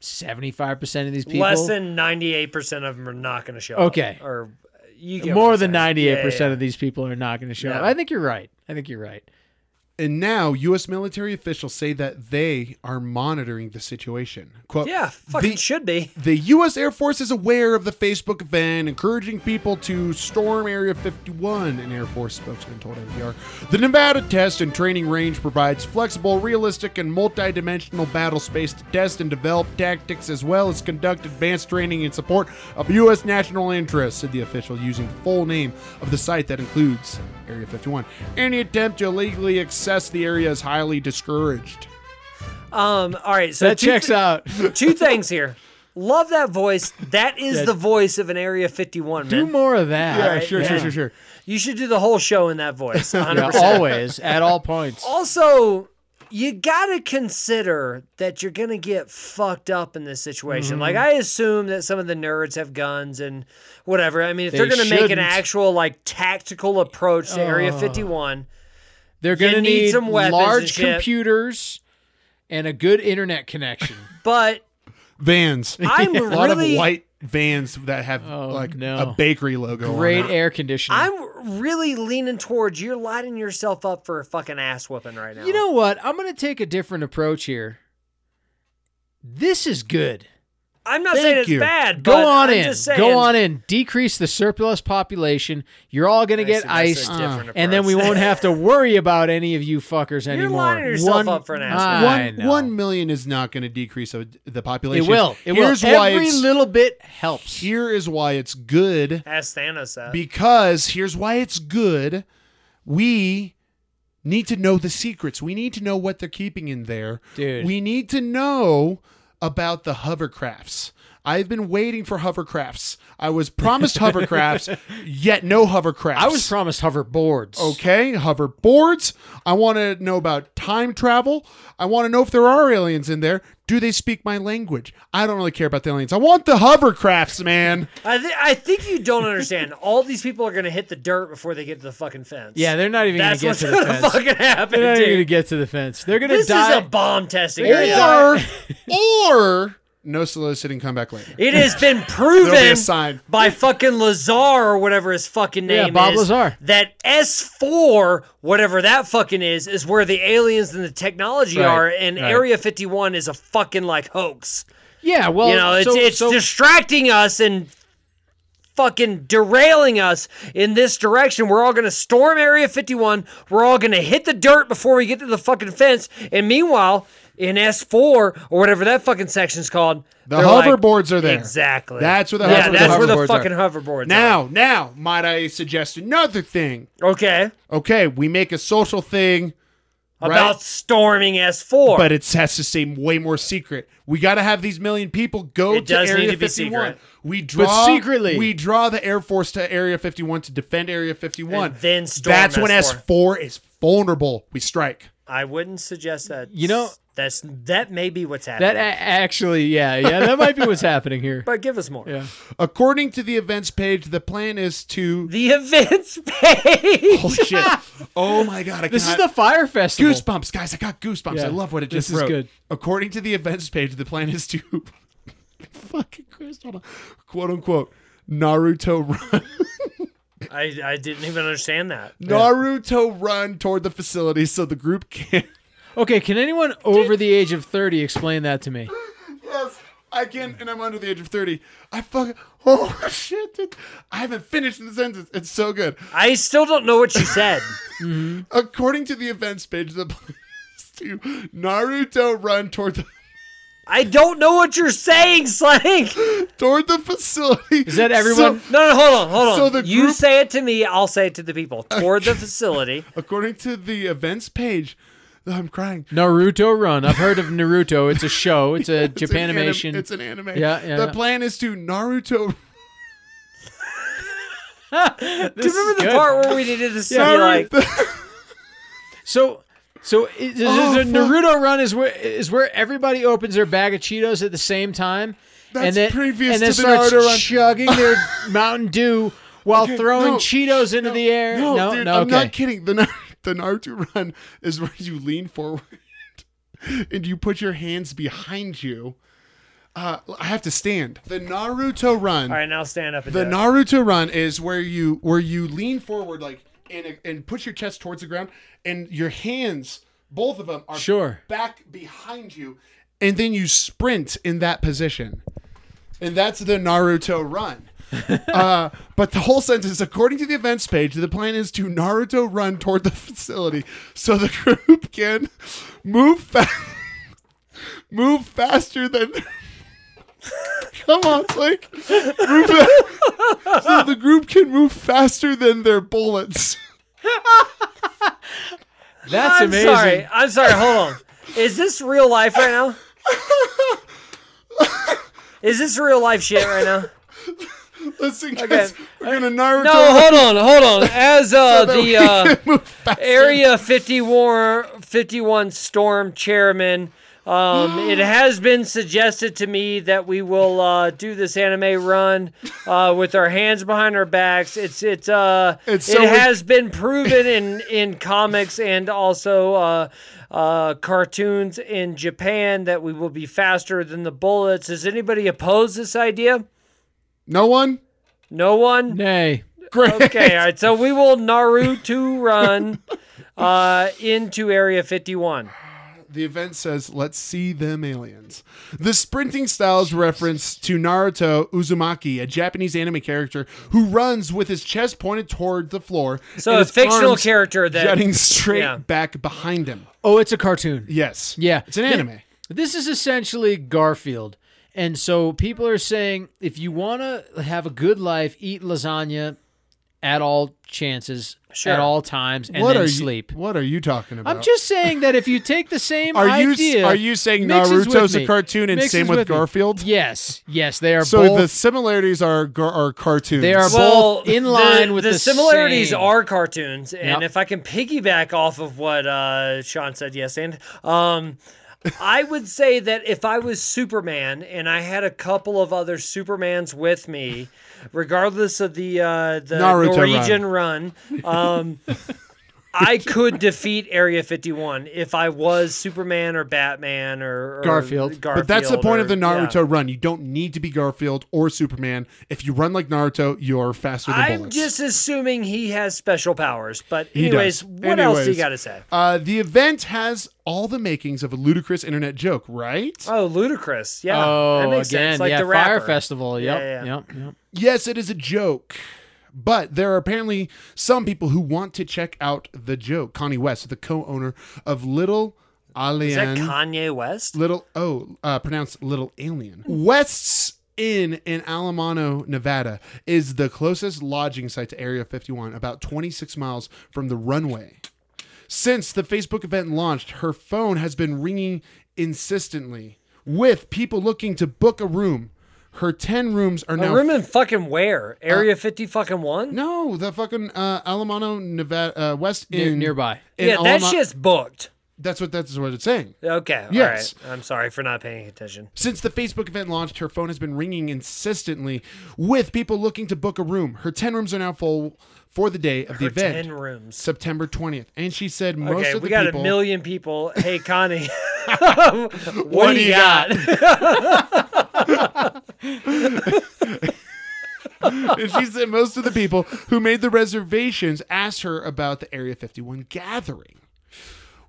75% of these people.
Less than ninety eight percent of them are not going to show.
Okay.
up, or uh, you get
more than 98%
98%
of these people are not going to show up.
No.
I think you're right. I think you're right.
And now, U.S. military officials say that they are monitoring the situation. Quote,
Yeah, fucking
the,
should be.
The U.S. Air Force is aware of the Facebook event, encouraging people to storm Area 51, an Air Force spokesman told NPR. The Nevada Test and Training Range provides flexible, realistic, and multidimensional battle space to test and develop tactics as well as conduct advanced training in support of U.S. national interests, said the official, using the full name of the site that includes Area 51. Any attempt to illegally access the area is highly discouraged.
Um, all right, so
That
two
checks
thi-
out.
Two things here. Love that voice. That is
Yeah.
the voice of an Area 51
Do
man.
more of that.
right,
sure,
yeah.
sure, sure, sure.
You should do the whole show in that voice. 100%.
Yeah, always, at all points.
Also, you got to consider that you're going to get fucked up in this situation.
Mm-hmm.
Like, I assume that some of the nerds have guns and whatever. I mean, if
They
they are going to make an
shouldn't.
actual, like, tactical approach to Area 51,
They're going to
need
need,
some weapons and
large
shit.
computers and a good internet connection.
but
Vans.
I'm
a lot
really-
of white vans that have
Oh,
like
no.
a bakery logo.
Great
on it.
air conditioning.
I'm really leaning towards you're lining yourself up for a fucking ass whooping right now.
You know what? I'm going to take a different approach here. This is good.
I'm not
Thank
saying it's
you.
bad.
Go
but
on
I'm
in.
Just saying,
Go on in. Decrease the surplus population. You're all going to
I see
get
that's
iced.
a
ice,
different
And then we
approach.
won't have to worry about any of you fuckers
You're
anymore.
lining yourself
One-
up for an ass.
I
One,
know.
one million is not going to decrease uh, the
It
population.
will. It
Here's
will.
Why
Every
it's,
little bit helps.
here is why it's good.
Ask Thanos that.
Because here's why it's good. We need to know the secrets. We need to know what they're keeping in there.
Dude.
We need to know about the hovercrafts. I've been waiting for hovercrafts. I was promised hovercrafts, yet no hovercrafts.
I was promised hoverboards.
Okay, hoverboards. I want to know about time travel. I want to know if there are aliens in there. Do they speak my language? I don't really care about the aliens. I want the hovercrafts, man.
I, th- I think you don't understand. All these people are going to hit the dirt before they get to the fucking fence.
Yeah, they're not even going
That's
to get
what's
to the
going to
fence.
fucking happen,
They're not even going to
dude.
get to the fence. They're going to
This is
die.
a bomb testing. area.
Or, or no soliciting comeback later.
It has been
There'll be
proven
a sign.
by fucking Lazar or whatever his fucking
Yeah,
name
Bob
is
Lazar.
that S4, whatever that fucking is, is where the aliens and the technology
Right,
are, and
right.
Area 51 is a fucking like hoax.
yeah, well,
you know, it's
so-
it's
so-
distracting us and fucking derailing us in this direction. We're all gonna storm Area 51. We're all gonna hit the dirt before we get to the fucking fence. And meanwhile, in S4 or whatever that fucking section's called,
The
they're like-
hoverboards are there.
Exactly.
That's where the
yeah,
hover- the
that's where the
hoverboards are.
fucking hoverboards.
Now, now, might I suggest another thing?
are. okay,
Okay, we make a social thing, right?
about storming S4.
but it has to seem way more secret. We got to have these million people go
It
to
does
Area
need to be
51.
secret.
We draw
secretly.
We draw the Air Force to Area 51 to defend Area 51.
And then storm
That's when
S4.
S4 is vulnerable. We strike.
I wouldn't suggest that.
You know-
that's that may be what's happening.
that a- actually, yeah, yeah, that might be what's happening here.
but give us more.
Yeah.
According to the events page, the plan is to
The events page.
Oh shit. Oh my god, I
This is
cannot-
the Fire Festival.
Goosebumps, guys! I got goosebumps.
Yeah.
I love what it
This
just
is
wrote.
good.
According to the events page, the plan is to fucking Christ, hold on. quote unquote Naruto run.
I, I didn't even understand that.
Naruto run toward the facility so the group can.
Okay, can anyone over the age of 30 explain that to me?
yes, I can, and I'm under the age of thirty. I fucking oh shit! Dude. I haven't finished the sentence. It's so good.
I still don't know what you said.
According to the events page, the plan is to Naruto run toward the
I don't know what you're saying, Slank.
toward the facility. Is
that everyone?
No, no, hold on, hold on.
So the
you
group-
say it to me, I'll say it to the people. Toward the facility.
According to the events page, I'm crying.
Naruto Run. I've heard of Naruto. It's a show. It's a
It's an anim-
Japanimation.
it's an anime.
Yeah, yeah,
The
yeah.
plan is to Naruto
Do you remember the part where we needed to see like
So, so is, is,
Oh,
is a
fuck.
Naruto Run is where is where everybody opens their bag of Cheetos at the same time,
That's
and then
previous
and then
to the
starts
Naruto Run.
chugging their Mountain Dew while throwing
no,
Cheetos into the air.
No,
no,
dude,
no,
I'm
okay.
not kidding. The, Nar- the Naruto run is where you lean forward and you put your hands behind you Uh, I have to stand. The Naruto run.
All right, now stand up and
The
do it.
Naruto run is where you where you lean forward like and and push your chest towards the ground and your hands both of them are
Sure.
back behind you and then you sprint in that position. And that's the Naruto run. uh, but the whole sentence, according to the events page, the plan is to Naruto run toward the facility so the group can move fast, move faster than. Come on, Slink. Move fa- so the group can move faster than their bullets.
That's
I'm
amazing.
sorry. I'm sorry. Hold on. Is this real life right now? Is this real life shit right now?
Listen, guys, we're gonna Naruto.
No, hold on, hold on. As uh,
that we
the uh,
can move faster.
Area 50 war, 51 Storm Chairman, um, it has been suggested to me that we will uh, do this anime run uh, with our hands behind our backs. It's it's uh,
It's
it
so-
has been proven in in comics and also uh, uh, cartoons in Japan that we will be faster than the bullets. Does anybody oppose this idea?
No one.
No one.
Nay.
Great.
Okay, all right. So we will Naruto run uh, into Area 51.
The event says, "Let's see them aliens." The sprinting style's reference to Naruto Uzumaki, a Japanese anime character who runs with his chest pointed toward the floor.
So
and
a
his
fictional
arms
character that
jutting straight
yeah.
back behind him.
Oh, it's a cartoon.
Yes.
Yeah.
It's an anime.
This is essentially Garfield. And so people are saying if you want to have a good life, eat lasagna at all chances,
Sure.
at all times, and
what
then
are
sleep.
you? What are you talking about?
I'm just saying that if you take the same
Are you
idea,
are you saying
mixes with
Naruto's a
me,
cartoon and
mixes
same with,
me.
Garfield?
Yes, yes, they are
So
both.
the similarities are gar- are cartoons.
They are both
Well,
in line
the,
with
the
the
similarities
same.
are cartoons, and
Yep.
if I can piggyback off of what uh, Sean said, yes, and um, I would say that if I was Superman and I had a couple of other Supermans with me, regardless of the uh, the
Naruto run.
Norwegian run. um, I could defeat Area 51 if I was Superman or Batman or, or
Garfield.
But that's the point
or-
of the
yeah.
Naruto run. You don't need to be Garfield or Superman. If you run like Naruto, you're faster than
I'm
bullets.
just assuming he has special powers. But
He
anyways,
does.
what else do you
Anyways.
got to say?
Uh, the event has all the makings of a ludicrous internet joke, right?
Oh, ludicrous. Yeah.
oh,
that makes
again,
sense. Like
yeah,
the
Fire
rapper.
Festival. Yep,
Yeah, yeah.
yep, yep.
yes, it is a joke. But there are apparently some people who want to check out the joke. Connie West, the co-owner of Little
Is that
Alien.
Kanye West?
Little oh, uh, pronounced Little Alien. West's Inn in Alamano, Nevada, is the closest lodging site to Area 51, about 26 miles from the runway. Since the Facebook event launched, her phone has been ringing insistently with people looking to book a room. Her 10 rooms are
A
now.
room in fucking
Uh,
where? Area 50 fucking one?
no, the fucking uh, Alamano, Nevada, uh, West
Near-
Inn.
nearby.
in
yeah, that
Alama-
shit's booked.
That's what, that's what it's saying.
Okay.
Yes.
All right. I'm sorry for not paying attention.
Since the Facebook event launched, her phone has been ringing insistently with people looking to book a room. Her 10 rooms are now full for the day of the
For
event,
10 rooms.
September 20th. And she said most
Okay,
of the
we got
people
a million people. Hey, Connie, what, do
do
you
you
got?
and she said most of the people who made the reservations asked her about the Area 51 gathering.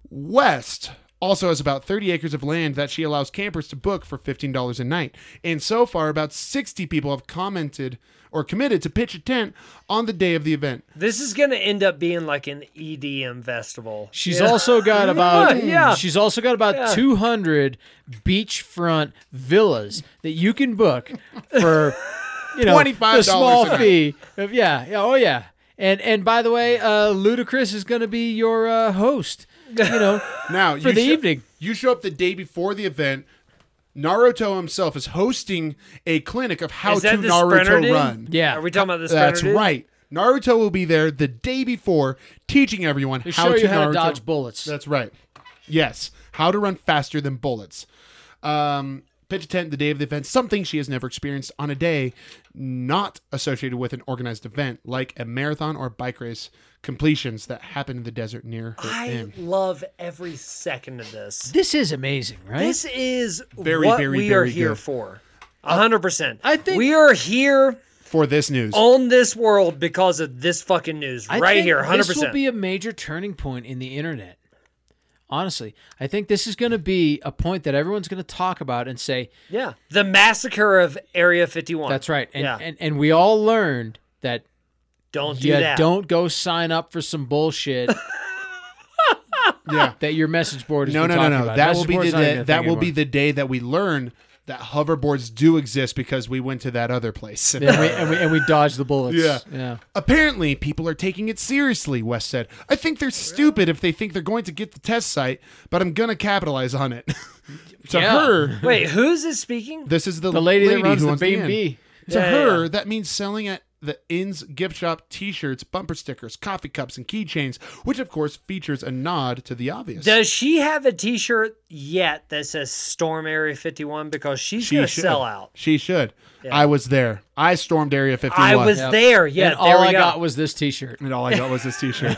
West also has about 30 acres of land that she allows campers to book for $15 a night. And so far about 60 people have commented or committed to pitch a tent on the day of the event.
this is going to end up being like an EDM festival.
She's also got about
yeah.
She's also got about 200 beachfront villas that you can book for you know
$25
a small
a night.
fee. Of, yeah, yeah, oh yeah. And and by the way, uh, Ludacris is going to be your uh, host. You know,
Now
For
you
the
sho-
evening.
you show up the day before the event. Naruto himself is hosting a clinic of how
Is
Oh, to
that the sprinter
Naruto
dude?
run.
yeah.
Are we talking about this?
that's
sprinter dude?
right. Naruto will be there the day before, teaching everyone
They
how
show
to
you how
Naruto-
to dodge bullets.
That's right. Yes, how to run faster than bullets. Um, pitch a tent the day of the event, something she has never experienced on a day not associated with an organized event, like a marathon or bike race completions that happen in the desert near her
I
inn.
love every second of this.
This is amazing, right?
This is
Very,
what
very,
we are
very
here
good.
for. A hundred percent.
I think-
we are here
For this news,
on this world because of this fucking news
I
right
think
here. Hundred
This will
percent.
be a major turning point in the internet. Honestly, I think this is going to be a point that everyone's going to talk about and say,
Yeah, the massacre of Area 51.
"That's right." And
yeah,
and, and we all learned that
don't do
you
that.
don't go sign up for some bullshit
yeah.
that your message board is
No, no, no, no. That will be the day, that will be
The-
the day that we learn that hoverboards do exist because we went to that other place.
and, we, and we and we dodge the bullets.
Yeah.
yeah.
Apparently, people are taking it seriously, West said. I think they're stupid if they think they're going to get the test site, but I'm going to capitalize on it. to
Yeah.
her,
Wait, who's this speaking?
this is the,
The lady, that runs
who
the
owns the
B
inn.
and B.
To
Yeah,
her, that means selling at the inn's gift shop t-shirts, bumper stickers, coffee cups, and keychains, which of course features a nod to the obvious.
Does she have a T-shirt yet that says "Storm Area 51"? Because she's
she
gonna
should.
sell out.
She should. I was there. I stormed Area 51.
I was
Yep.
there. Yeah,
and
there
all
we
I
go.
got was this T-shirt.
and all I got was this t-shirt.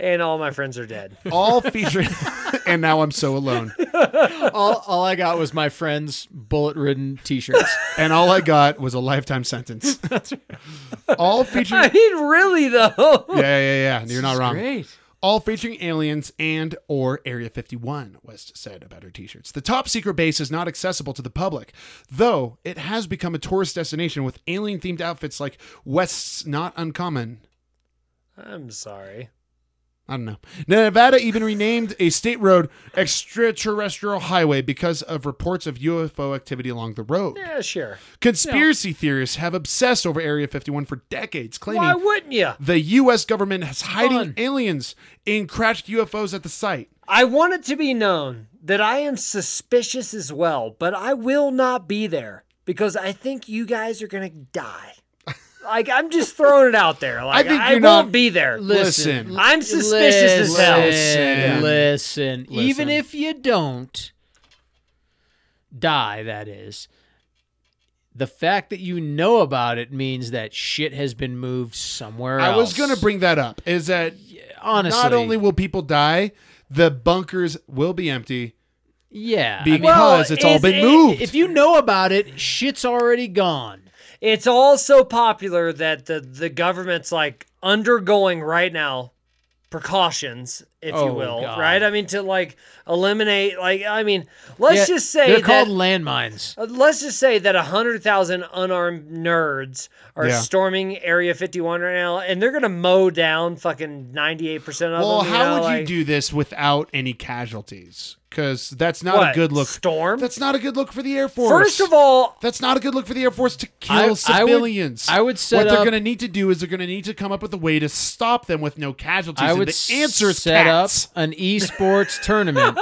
and all my friends are dead.
all featured and now I'm so alone.
All, all I got was my friend's bullet-ridden T-shirts.
And all I got was a lifetime sentence. all featuring
I mean, really though.
Yeah, yeah, yeah. You're not
It's
wrong.
Great.
All featuring aliens and or Area 51, West said about her t-shirts. The top secret base is not accessible to the public, though it has become a tourist destination with alien themed outfits like West's not uncommon.
I'm sorry.
I don't know. Nevada even renamed a state road extraterrestrial highway because of reports of UFO activity along the road.
Yeah, sure.
Conspiracy theorists have obsessed over Area 51 for decades, claiming
Why wouldn't you?
the U.S. government is hiding
Fun.
aliens and crashed UFOs at the site.
I want it to be known that I am suspicious as well, but I will not be there because I think you guys are gonna die. like I'm just throwing it out there. Like I,
think you're
won't
not-
be there.
Listen.
Listen,
I'm suspicious as hell.
Listen,
Listen.
listen,
Listen.
even if you don't die, that is, the fact that you know about it means that shit has been moved somewhere else.
I was going to bring that up is that
honestly.
not only will people die, the bunkers will be empty.
yeah,
Be- because it's all
Uh, is-
been
i-
moved.
If you know about it, shit's already gone.
It's all so popular that the the government's like undergoing right now precautions, if you
Oh,
will,
God.
right? I mean to like eliminate like I mean, let's
Yeah,
just say
they're
that,
called landmines.
uh, let's just say that 100,000 unarmed nerds are
Yeah.
storming Area 51 right now and they're going to mow down fucking 98% of them.
Well,
you
how
know,
would you
like-
do this without any casualties? Because that's not
what,
a good look.
Storm?
That's not a good look for the Air Force.
First of all,
That's not a good look for the Air Force to kill
I- I would-
civilians.
I would set
what they're
up-
going to need to do is they're going to need to come up with a way to stop them with no casualties.
I
and
would
the answer is
set
cats.
up an esports tournament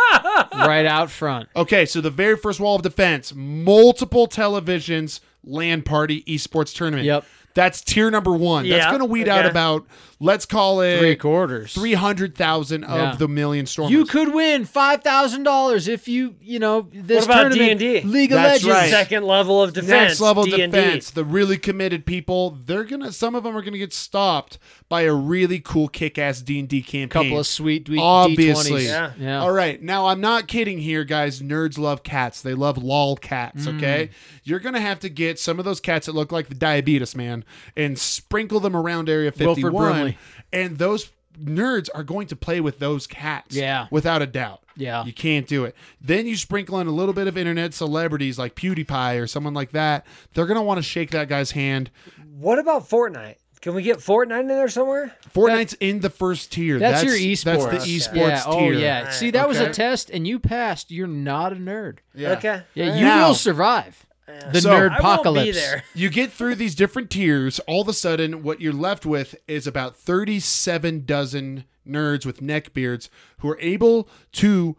right out front.
Okay, so the very first wall of defense: multiple televisions, land party, esports tournament.
Yep.
That's tier number one. That's
Yeah,
going to weed out
okay.
about let's call it
Three quarters.
three hundred thousand of
Yeah.
the million stormers.
You could win five thousand dollars if you, you know, this
What about
tournament,
D&D?
League of
That's
Legends.
right.
second level of defense,
Next level
D&D.
defense, the really committed people, they're gonna. Some of them are gonna get stopped by a really cool, kick-ass D and D campaign.
Couple of sweet d
Obviously.
Yeah.
yeah.
All right. Now, I'm not kidding here, guys. Nerds love cats. They love lol cats,
Mm.
okay? You're going to have to get some of those cats that look like the diabetes man and sprinkle them around Area
Wilford
51.
Brimley.
And those nerds are going to play with those cats.
Yeah.
Without a doubt.
Yeah.
You can't do it. Then you sprinkle in a little bit of internet celebrities like PewDiePie or someone like that. They're going to want to shake that guy's hand.
What about Fortnite? Can we get Fortnite in there somewhere?
Fortnite's in the first tier.
That's, your esports.
That's the
Okay.
esports
yeah. Oh
tier.
yeah.
Right,
See, that was a
okay.
test, and you passed. You're not a nerd.
Yeah.
Okay.
Yeah, you
Now-
will survive the
So-
nerd
I won't be
apocalypse.
there.
you get through these different tiers all of a sudden what you're left with is about 37 dozen nerds with neck beards who are able to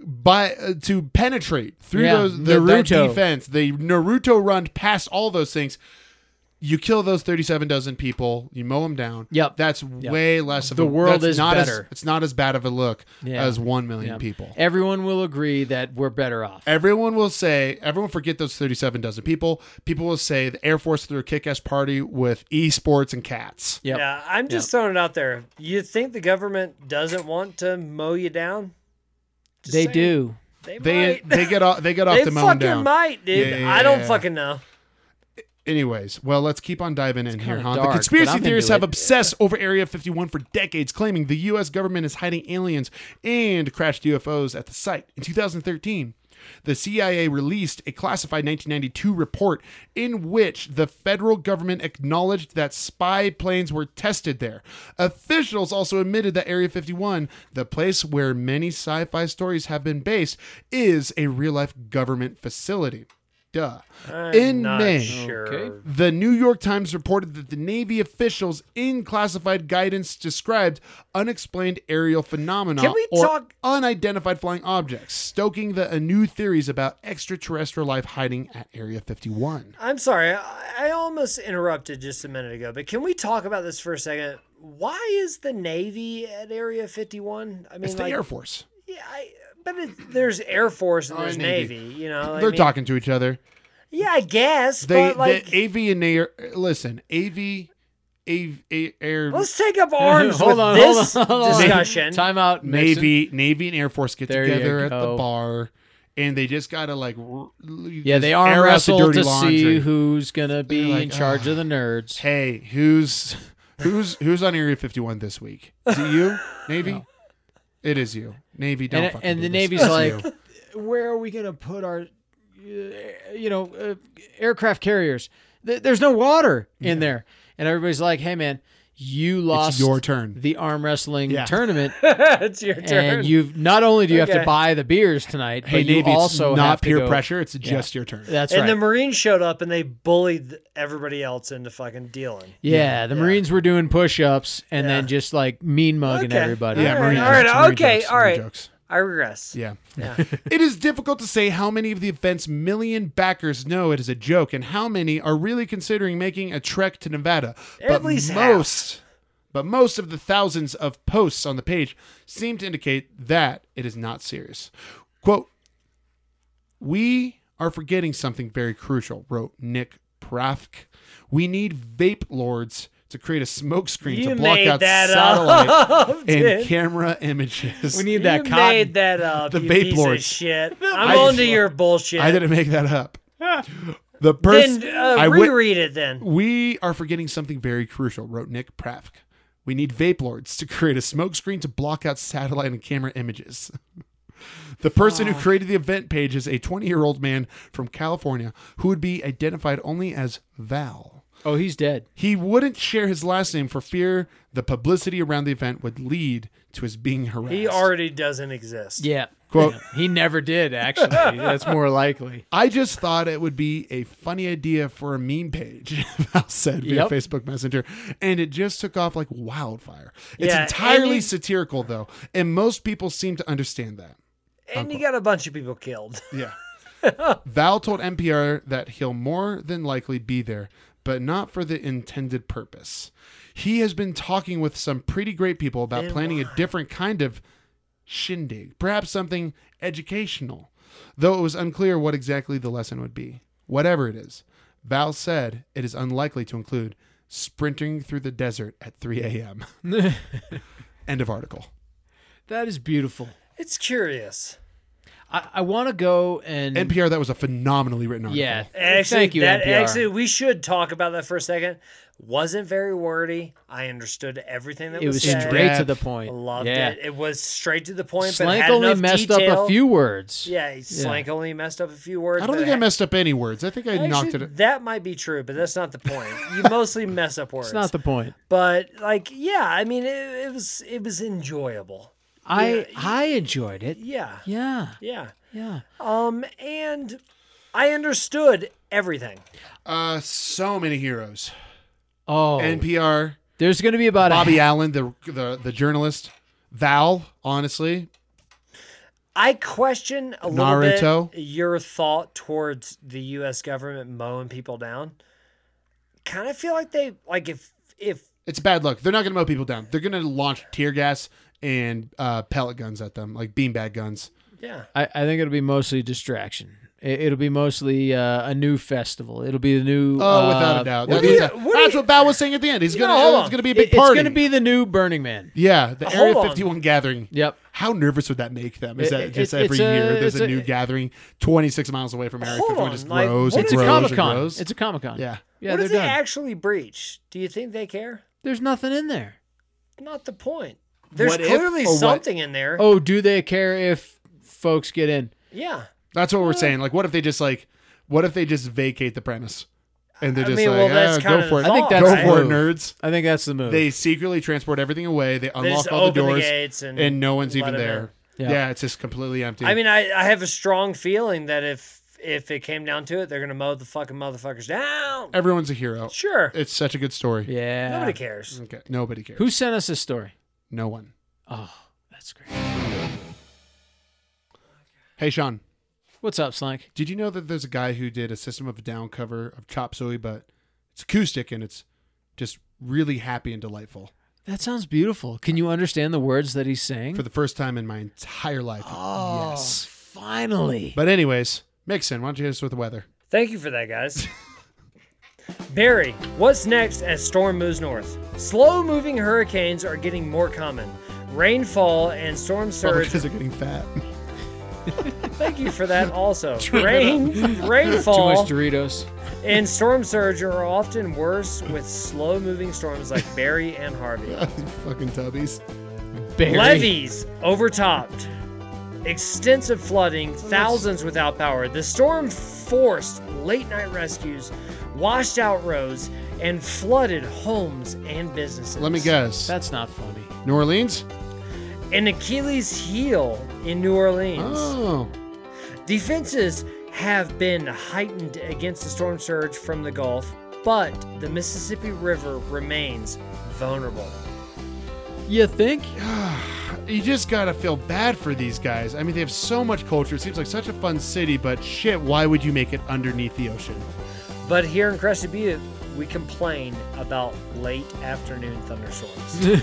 by uh, to penetrate through
Yeah,
those the, that
Naruto.
defense the naruto run past all those things you kill those 37 dozen people, you mow them down.
Yep.
That's way less of
The
a,
world
that's
is
not as-
better.
it's not as bad of a look
Yeah.
as 1 million
Yeah.
people.
Everyone will agree that we're better off.
Everyone will say, everyone forget those 37 dozen people. People will say the Air Force threw a kick ass party with esports and cats.
Yep.
Yeah, I'm just throwing it out there. You think the government doesn't want to mow you down? Just
they
saying.
do.
They
They
might.
they get off they get off
They
the mow
fucking
'em down.
might, dude.
Yeah, yeah,
I don't
yeah.
fucking know.
Anyways, well, let's keep on diving in here,
kinda
huh?
dark,
the
but I'm
conspiracy
into
theorists have
it.
obsessed over Area 51 for decades, claiming the U.S. government is hiding aliens and crashed UFOs at the site. In 2013, the CIA released a classified 1992 report in which the federal government acknowledged that spy planes were tested there. Officials also admitted that Area 51, the place where many sci fi stories have been based, is a real life government facility. Duh.
I'm
in
not
May.
sure.
Okay.
The New York Times reported that the Navy officials in classified guidance described unexplained aerial phenomena
Can we
or
talk-
unidentified flying objects, stoking the uh, new theories about extraterrestrial life hiding at Area 51.
I'm sorry. I, I almost interrupted just a minute ago, but can we talk about this for a second? Why is the Navy at Area 51? I mean,
It's the
like,
Air Force.
Yeah, I, but it, there's Air Force and
Oh,
there's Navy.
Navy.
You know, I
They're
mean-
talking to each other.
Yeah, I guess.
They,
but like,
the AV and Air. Listen, AV, AV, Air.
let's take up arms
hold
with
on,
this
hold on, hold on.
discussion.
Time out. Nixon.
Navy, Navy, and Air Force get
There you
together at
go.
the bar, and they just gotta like. r-
Yeah,
just
they
air
arm
out the
wrestle
dirty
to see
laundry.
who's gonna be
They're like,
in charge of the nerds.
Hey, who's who's who's on Area 51 this week? Is it you, Navy? It is you, Navy. Don't
And-
fucking
and
do
the
this.
Navy's
It's
like,
you.
where are we going to put our, uh, you know, uh, aircraft carriers? Th- There's no water in there, and everybody's like, "Hey, man, you lost
your turn."
the arm wrestling
Yeah.
tournament,
it's your turn.
and you've not only do you have
Okay.
to buy the beers tonight,
hey
but
Navy,
you also
it's
have
not
to
peer
go-
pressure. It's just your turn.
That's
and
right.
the Marines showed up and they bullied everybody else into fucking dealing.
yeah, the Marines were doing push-ups and then
Yeah.
just like mean mugging
Okay.
everybody.
Yeah,
yeah,
All right,
Marine
all right,
jokes, Marine
okay,
jokes,
all
Marine
right.
Jokes.
I regress.
Yeah.
Yeah.
it is difficult to say how many of the event's million backers know it is a joke and how many are really considering making a trek to Nevada.
At least half.
most but most of the thousands of posts on the page seem to indicate that it is not serious. Quote We are forgetting something very crucial, wrote Nick Prafk. We need vape lords to create a smokescreen
You
to block
made
out
that
satellite
up.
and
dude.
camera images.
We need
you
that cotton.
made that up.
The
you
vape
piece
lords.
of shit. I'm
vape
on to
lords.
your bullshit.
I didn't make that up. The person
Then uh,
I wi-
reread it. Then
we are forgetting something very crucial, wrote Nick Prafk. We need vape lords to create a smokescreen to block out satellite and camera images. The person who created the event page is a 20 year old man from California who would be identified only as Val.
Oh, he's dead.
He wouldn't share his last name for fear the publicity around the event would lead to his being harassed.
he already doesn't exist.
Yeah.
Quote,
He never did, actually. That's more likely.
I just thought it would be a funny idea for a meme page, Val said via
Yep.
Facebook Messenger, and it just took off like wildfire. It's
Yeah, and
entirely
you-
satirical, though, and most people seem to understand that.
And you got a bunch of people killed.
Yeah. Val told NPR that he'll more than likely be there, but not for the intended purpose. He has been talking with some pretty great people about
Then
planning a different kind of shindig, perhaps something educational, though it was unclear what exactly the lesson would be. Whatever it is, Val said it is unlikely to include sprinting through the desert at 3 a.m. End of article.
That is beautiful.
It's curious.
I, I want to go and.
NPR, that was a phenomenally written article.
yeah.
Actually,
Thank you,
that,
NPR.
Actually, we should talk about that for a second. Wasn't very wordy. I understood everything that
it was
said.
straight to
depth.
the point.
Loved
yeah.
it. It was straight to the point. but
Slank
had
only
enough
messed
detail.
up a few words.
Yeah, he- Slank only messed up a few words.
I don't
but
think
it
I
had-
messed up any words. I think I knocked it.
Actually, That might be true, but that's not the point. You mostly mess up words.
It's not the point.
But like, yeah, I mean, it, it was it was enjoyable.
I I enjoyed it.
Yeah,
Yeah.
yeah.
Yeah.
Um, and I understood everything.
Uh, so many heroes.
Oh.
NPR,
there's going to be about
Bobby
a.
Allen, the, the the journalist, Val. Honestly,
I question a little
Naruto?
bit your thought towards the U.S. government mowing people down. kind of feel like they like if if
It's bad luck. They're not going to mow people down. They're going to launch tear gas and uh, pellet guns at them, like beanbag guns.
yeah
I, I think it'll be mostly distraction. It, it'll be mostly uh, a new festival. It'll be the new. uh,
Oh, without a doubt.
It,
That-
do you-
that's
Uh, what do
that's
you-
what Val was saying at the end. He's going
hold
to. It's
on.
going to be a big
it's
party.
going to be the new Burning Man.
Yeah, the
Hold
Area
on.
51 gathering.
Yep.
How nervous would that make them? Is
It-
that
it-
just
it's
every
a-
year there's
it's
a,
a-
new gathering 26 miles away from Area
Hold
51
on,
just
like,
grows
what
and
It's a
Rose
grows
Comic
and
Con.
grows.
It's a Comic Con.
yeah.
Yeah,
what
they're
if they
done.
actually breach do you think they care
There's nothing in there.
not the point there's
What if
clearly
or what-
something in there
Oh, do they care if folks get in?
yeah
That's what we're
Uh,
saying. Like, what if they just like, what if they just vacate the premise, and they're
I
just
mean,
like,
well, that's
"Ah,
kind
go
of
for it.
the
I think
thought,
that's
go
right?
the
for it,
move.
nerds.
I think that's the move.
They secretly transport everything away. They
they
unlock
just
all the
open the
doors,
gates and,
and no one's
let
even
them in.
there.
Yeah.
Yeah. it's just completely empty.
I mean, I, I have a strong feeling that if if it came down to it, they're gonna mow the fucking motherfuckers down.
everyone's a hero.
Sure,
It's such a good story.
yeah.
nobody cares.
Okay, nobody cares.
Who sent us this story?
no one?
Oh, that's great.
Hey, Sean,
What's up, Slank?
did you know that there's a guy who did a System of a Down cover of Chop Suey, but it's acoustic and it's just really happy and delightful
That sounds beautiful. Can you understand the words that he's saying?
for the first time in my entire life.
oh,
Yes.
finally.
But anyways, Mixon, why don't you hit us with the weather?
Thank you for that, guys. Barry, what's next as storm moves north? Slow moving hurricanes are getting more common. Rainfall and
Oh,
storm surge.
because they're getting fat.
Thank you for that also. Rain, rainfall.
Too much Doritos.
and storm surge are often worse with slow moving storms like Barry and Harvey.
Fucking tubbies.
Barry.
Levees overtopped. Extensive flooding, thousands without power. The storm forced late night rescues, washed out roads, and flooded homes and businesses.
Let me guess.
That's not funny.
New Orleans?
An Achilles heel in New Orleans.
Oh.
Defenses have been heightened against the storm surge from the Gulf, but the Mississippi River remains vulnerable.
You think?
You just gotta feel bad for these guys. I mean, they have so much culture. It seems like such a fun city, but shit, why would you make it underneath the ocean?
But here in Crested Butte, we complain about late afternoon thunderstorms.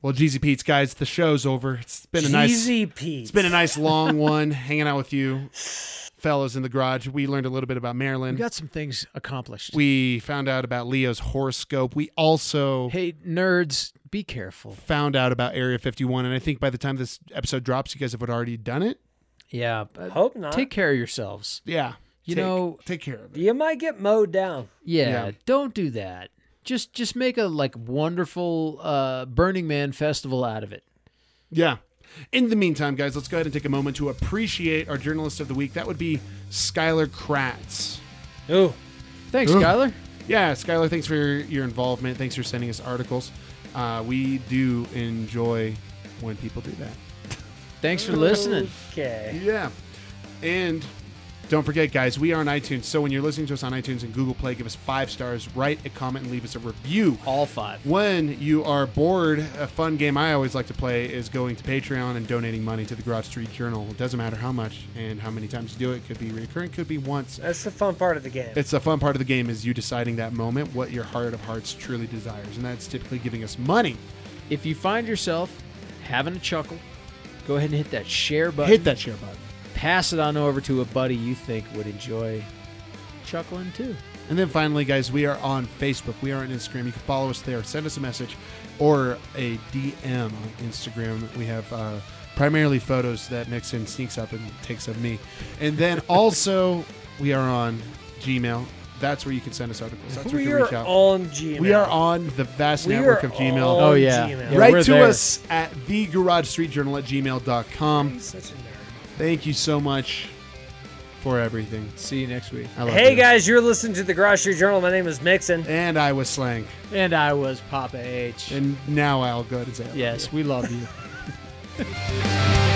Well, Jeezy Pete's guys, the show's over. It's been a nice,
Easy peasy.
it's been a nice long one. Hanging out with you, fellas in the garage. We learned a little bit about
We
Maryland.
got some things accomplished.
we found out about Leo's horoscope. We also
hey, nerds, be careful.
found out about Area 51, and I think by the time this episode drops, you guys have already done it.
Yeah. but
Hope not.
Uh, Take care of yourselves.
Yeah.
You
Take-
know-
take care of it.
You might get mowed down.
Yeah,
Yeah.
don't do that. Just just make a like wonderful uh, Burning Man festival out of it.
Yeah. In the meantime, guys, let's go ahead and take a moment to appreciate our journalist of the week. That would be Skylar Kratz.
Ooh.
Thanks,
Ooh.
Skylar.
Yeah, Skylar, thanks for your, your involvement. Thanks for sending us articles. Uh, we do enjoy when people do that.
Thanks for listening.
Okay.
Yeah. And don't forget, guys, we are on iTunes. So when you're listening to us on iTunes and Google Play, give us five stars, write a comment, and leave us a review.
All five.
When you are bored, a fun game I always like to play is going to Patreon and donating money to the Garage Street Journal. It doesn't matter how much and how many times you do it. Could be recurring, could be once.
That's the fun part of the game.
It's the fun part of the game is you deciding that moment what your heart of hearts truly desires, and that's typically giving us money.
If you find yourself having a chuckle, go ahead and hit that share button.
Hit that share button,
Pass it on over to a buddy you think would enjoy chuckling too.
and then finally, guys, we are on Facebook. We are on Instagram. You can follow us there. Send us a message or a DM on Instagram. We have. Uh, Primarily photos that Nixon sneaks up and takes of me. And then also, we are on Gmail. That's where you can send us articles. That's where
we
you can
are
reach out.
on Gmail.
we are on the vast
We
network
are
of Gmail.
on
Oh, yeah.
Gmail.
Yeah.
Write
we're
to
there.
us at thegaragestreetjournal at gmail.com.
Such a nerd.
Thank you so much for everything.
See you next week.
I love
Hey
you.
guys, you're listening to the Garage Street Journal. My name is Mixon.
And I was slang.
And I was Papa H.
And now I'll go to jail.
yes, we love you.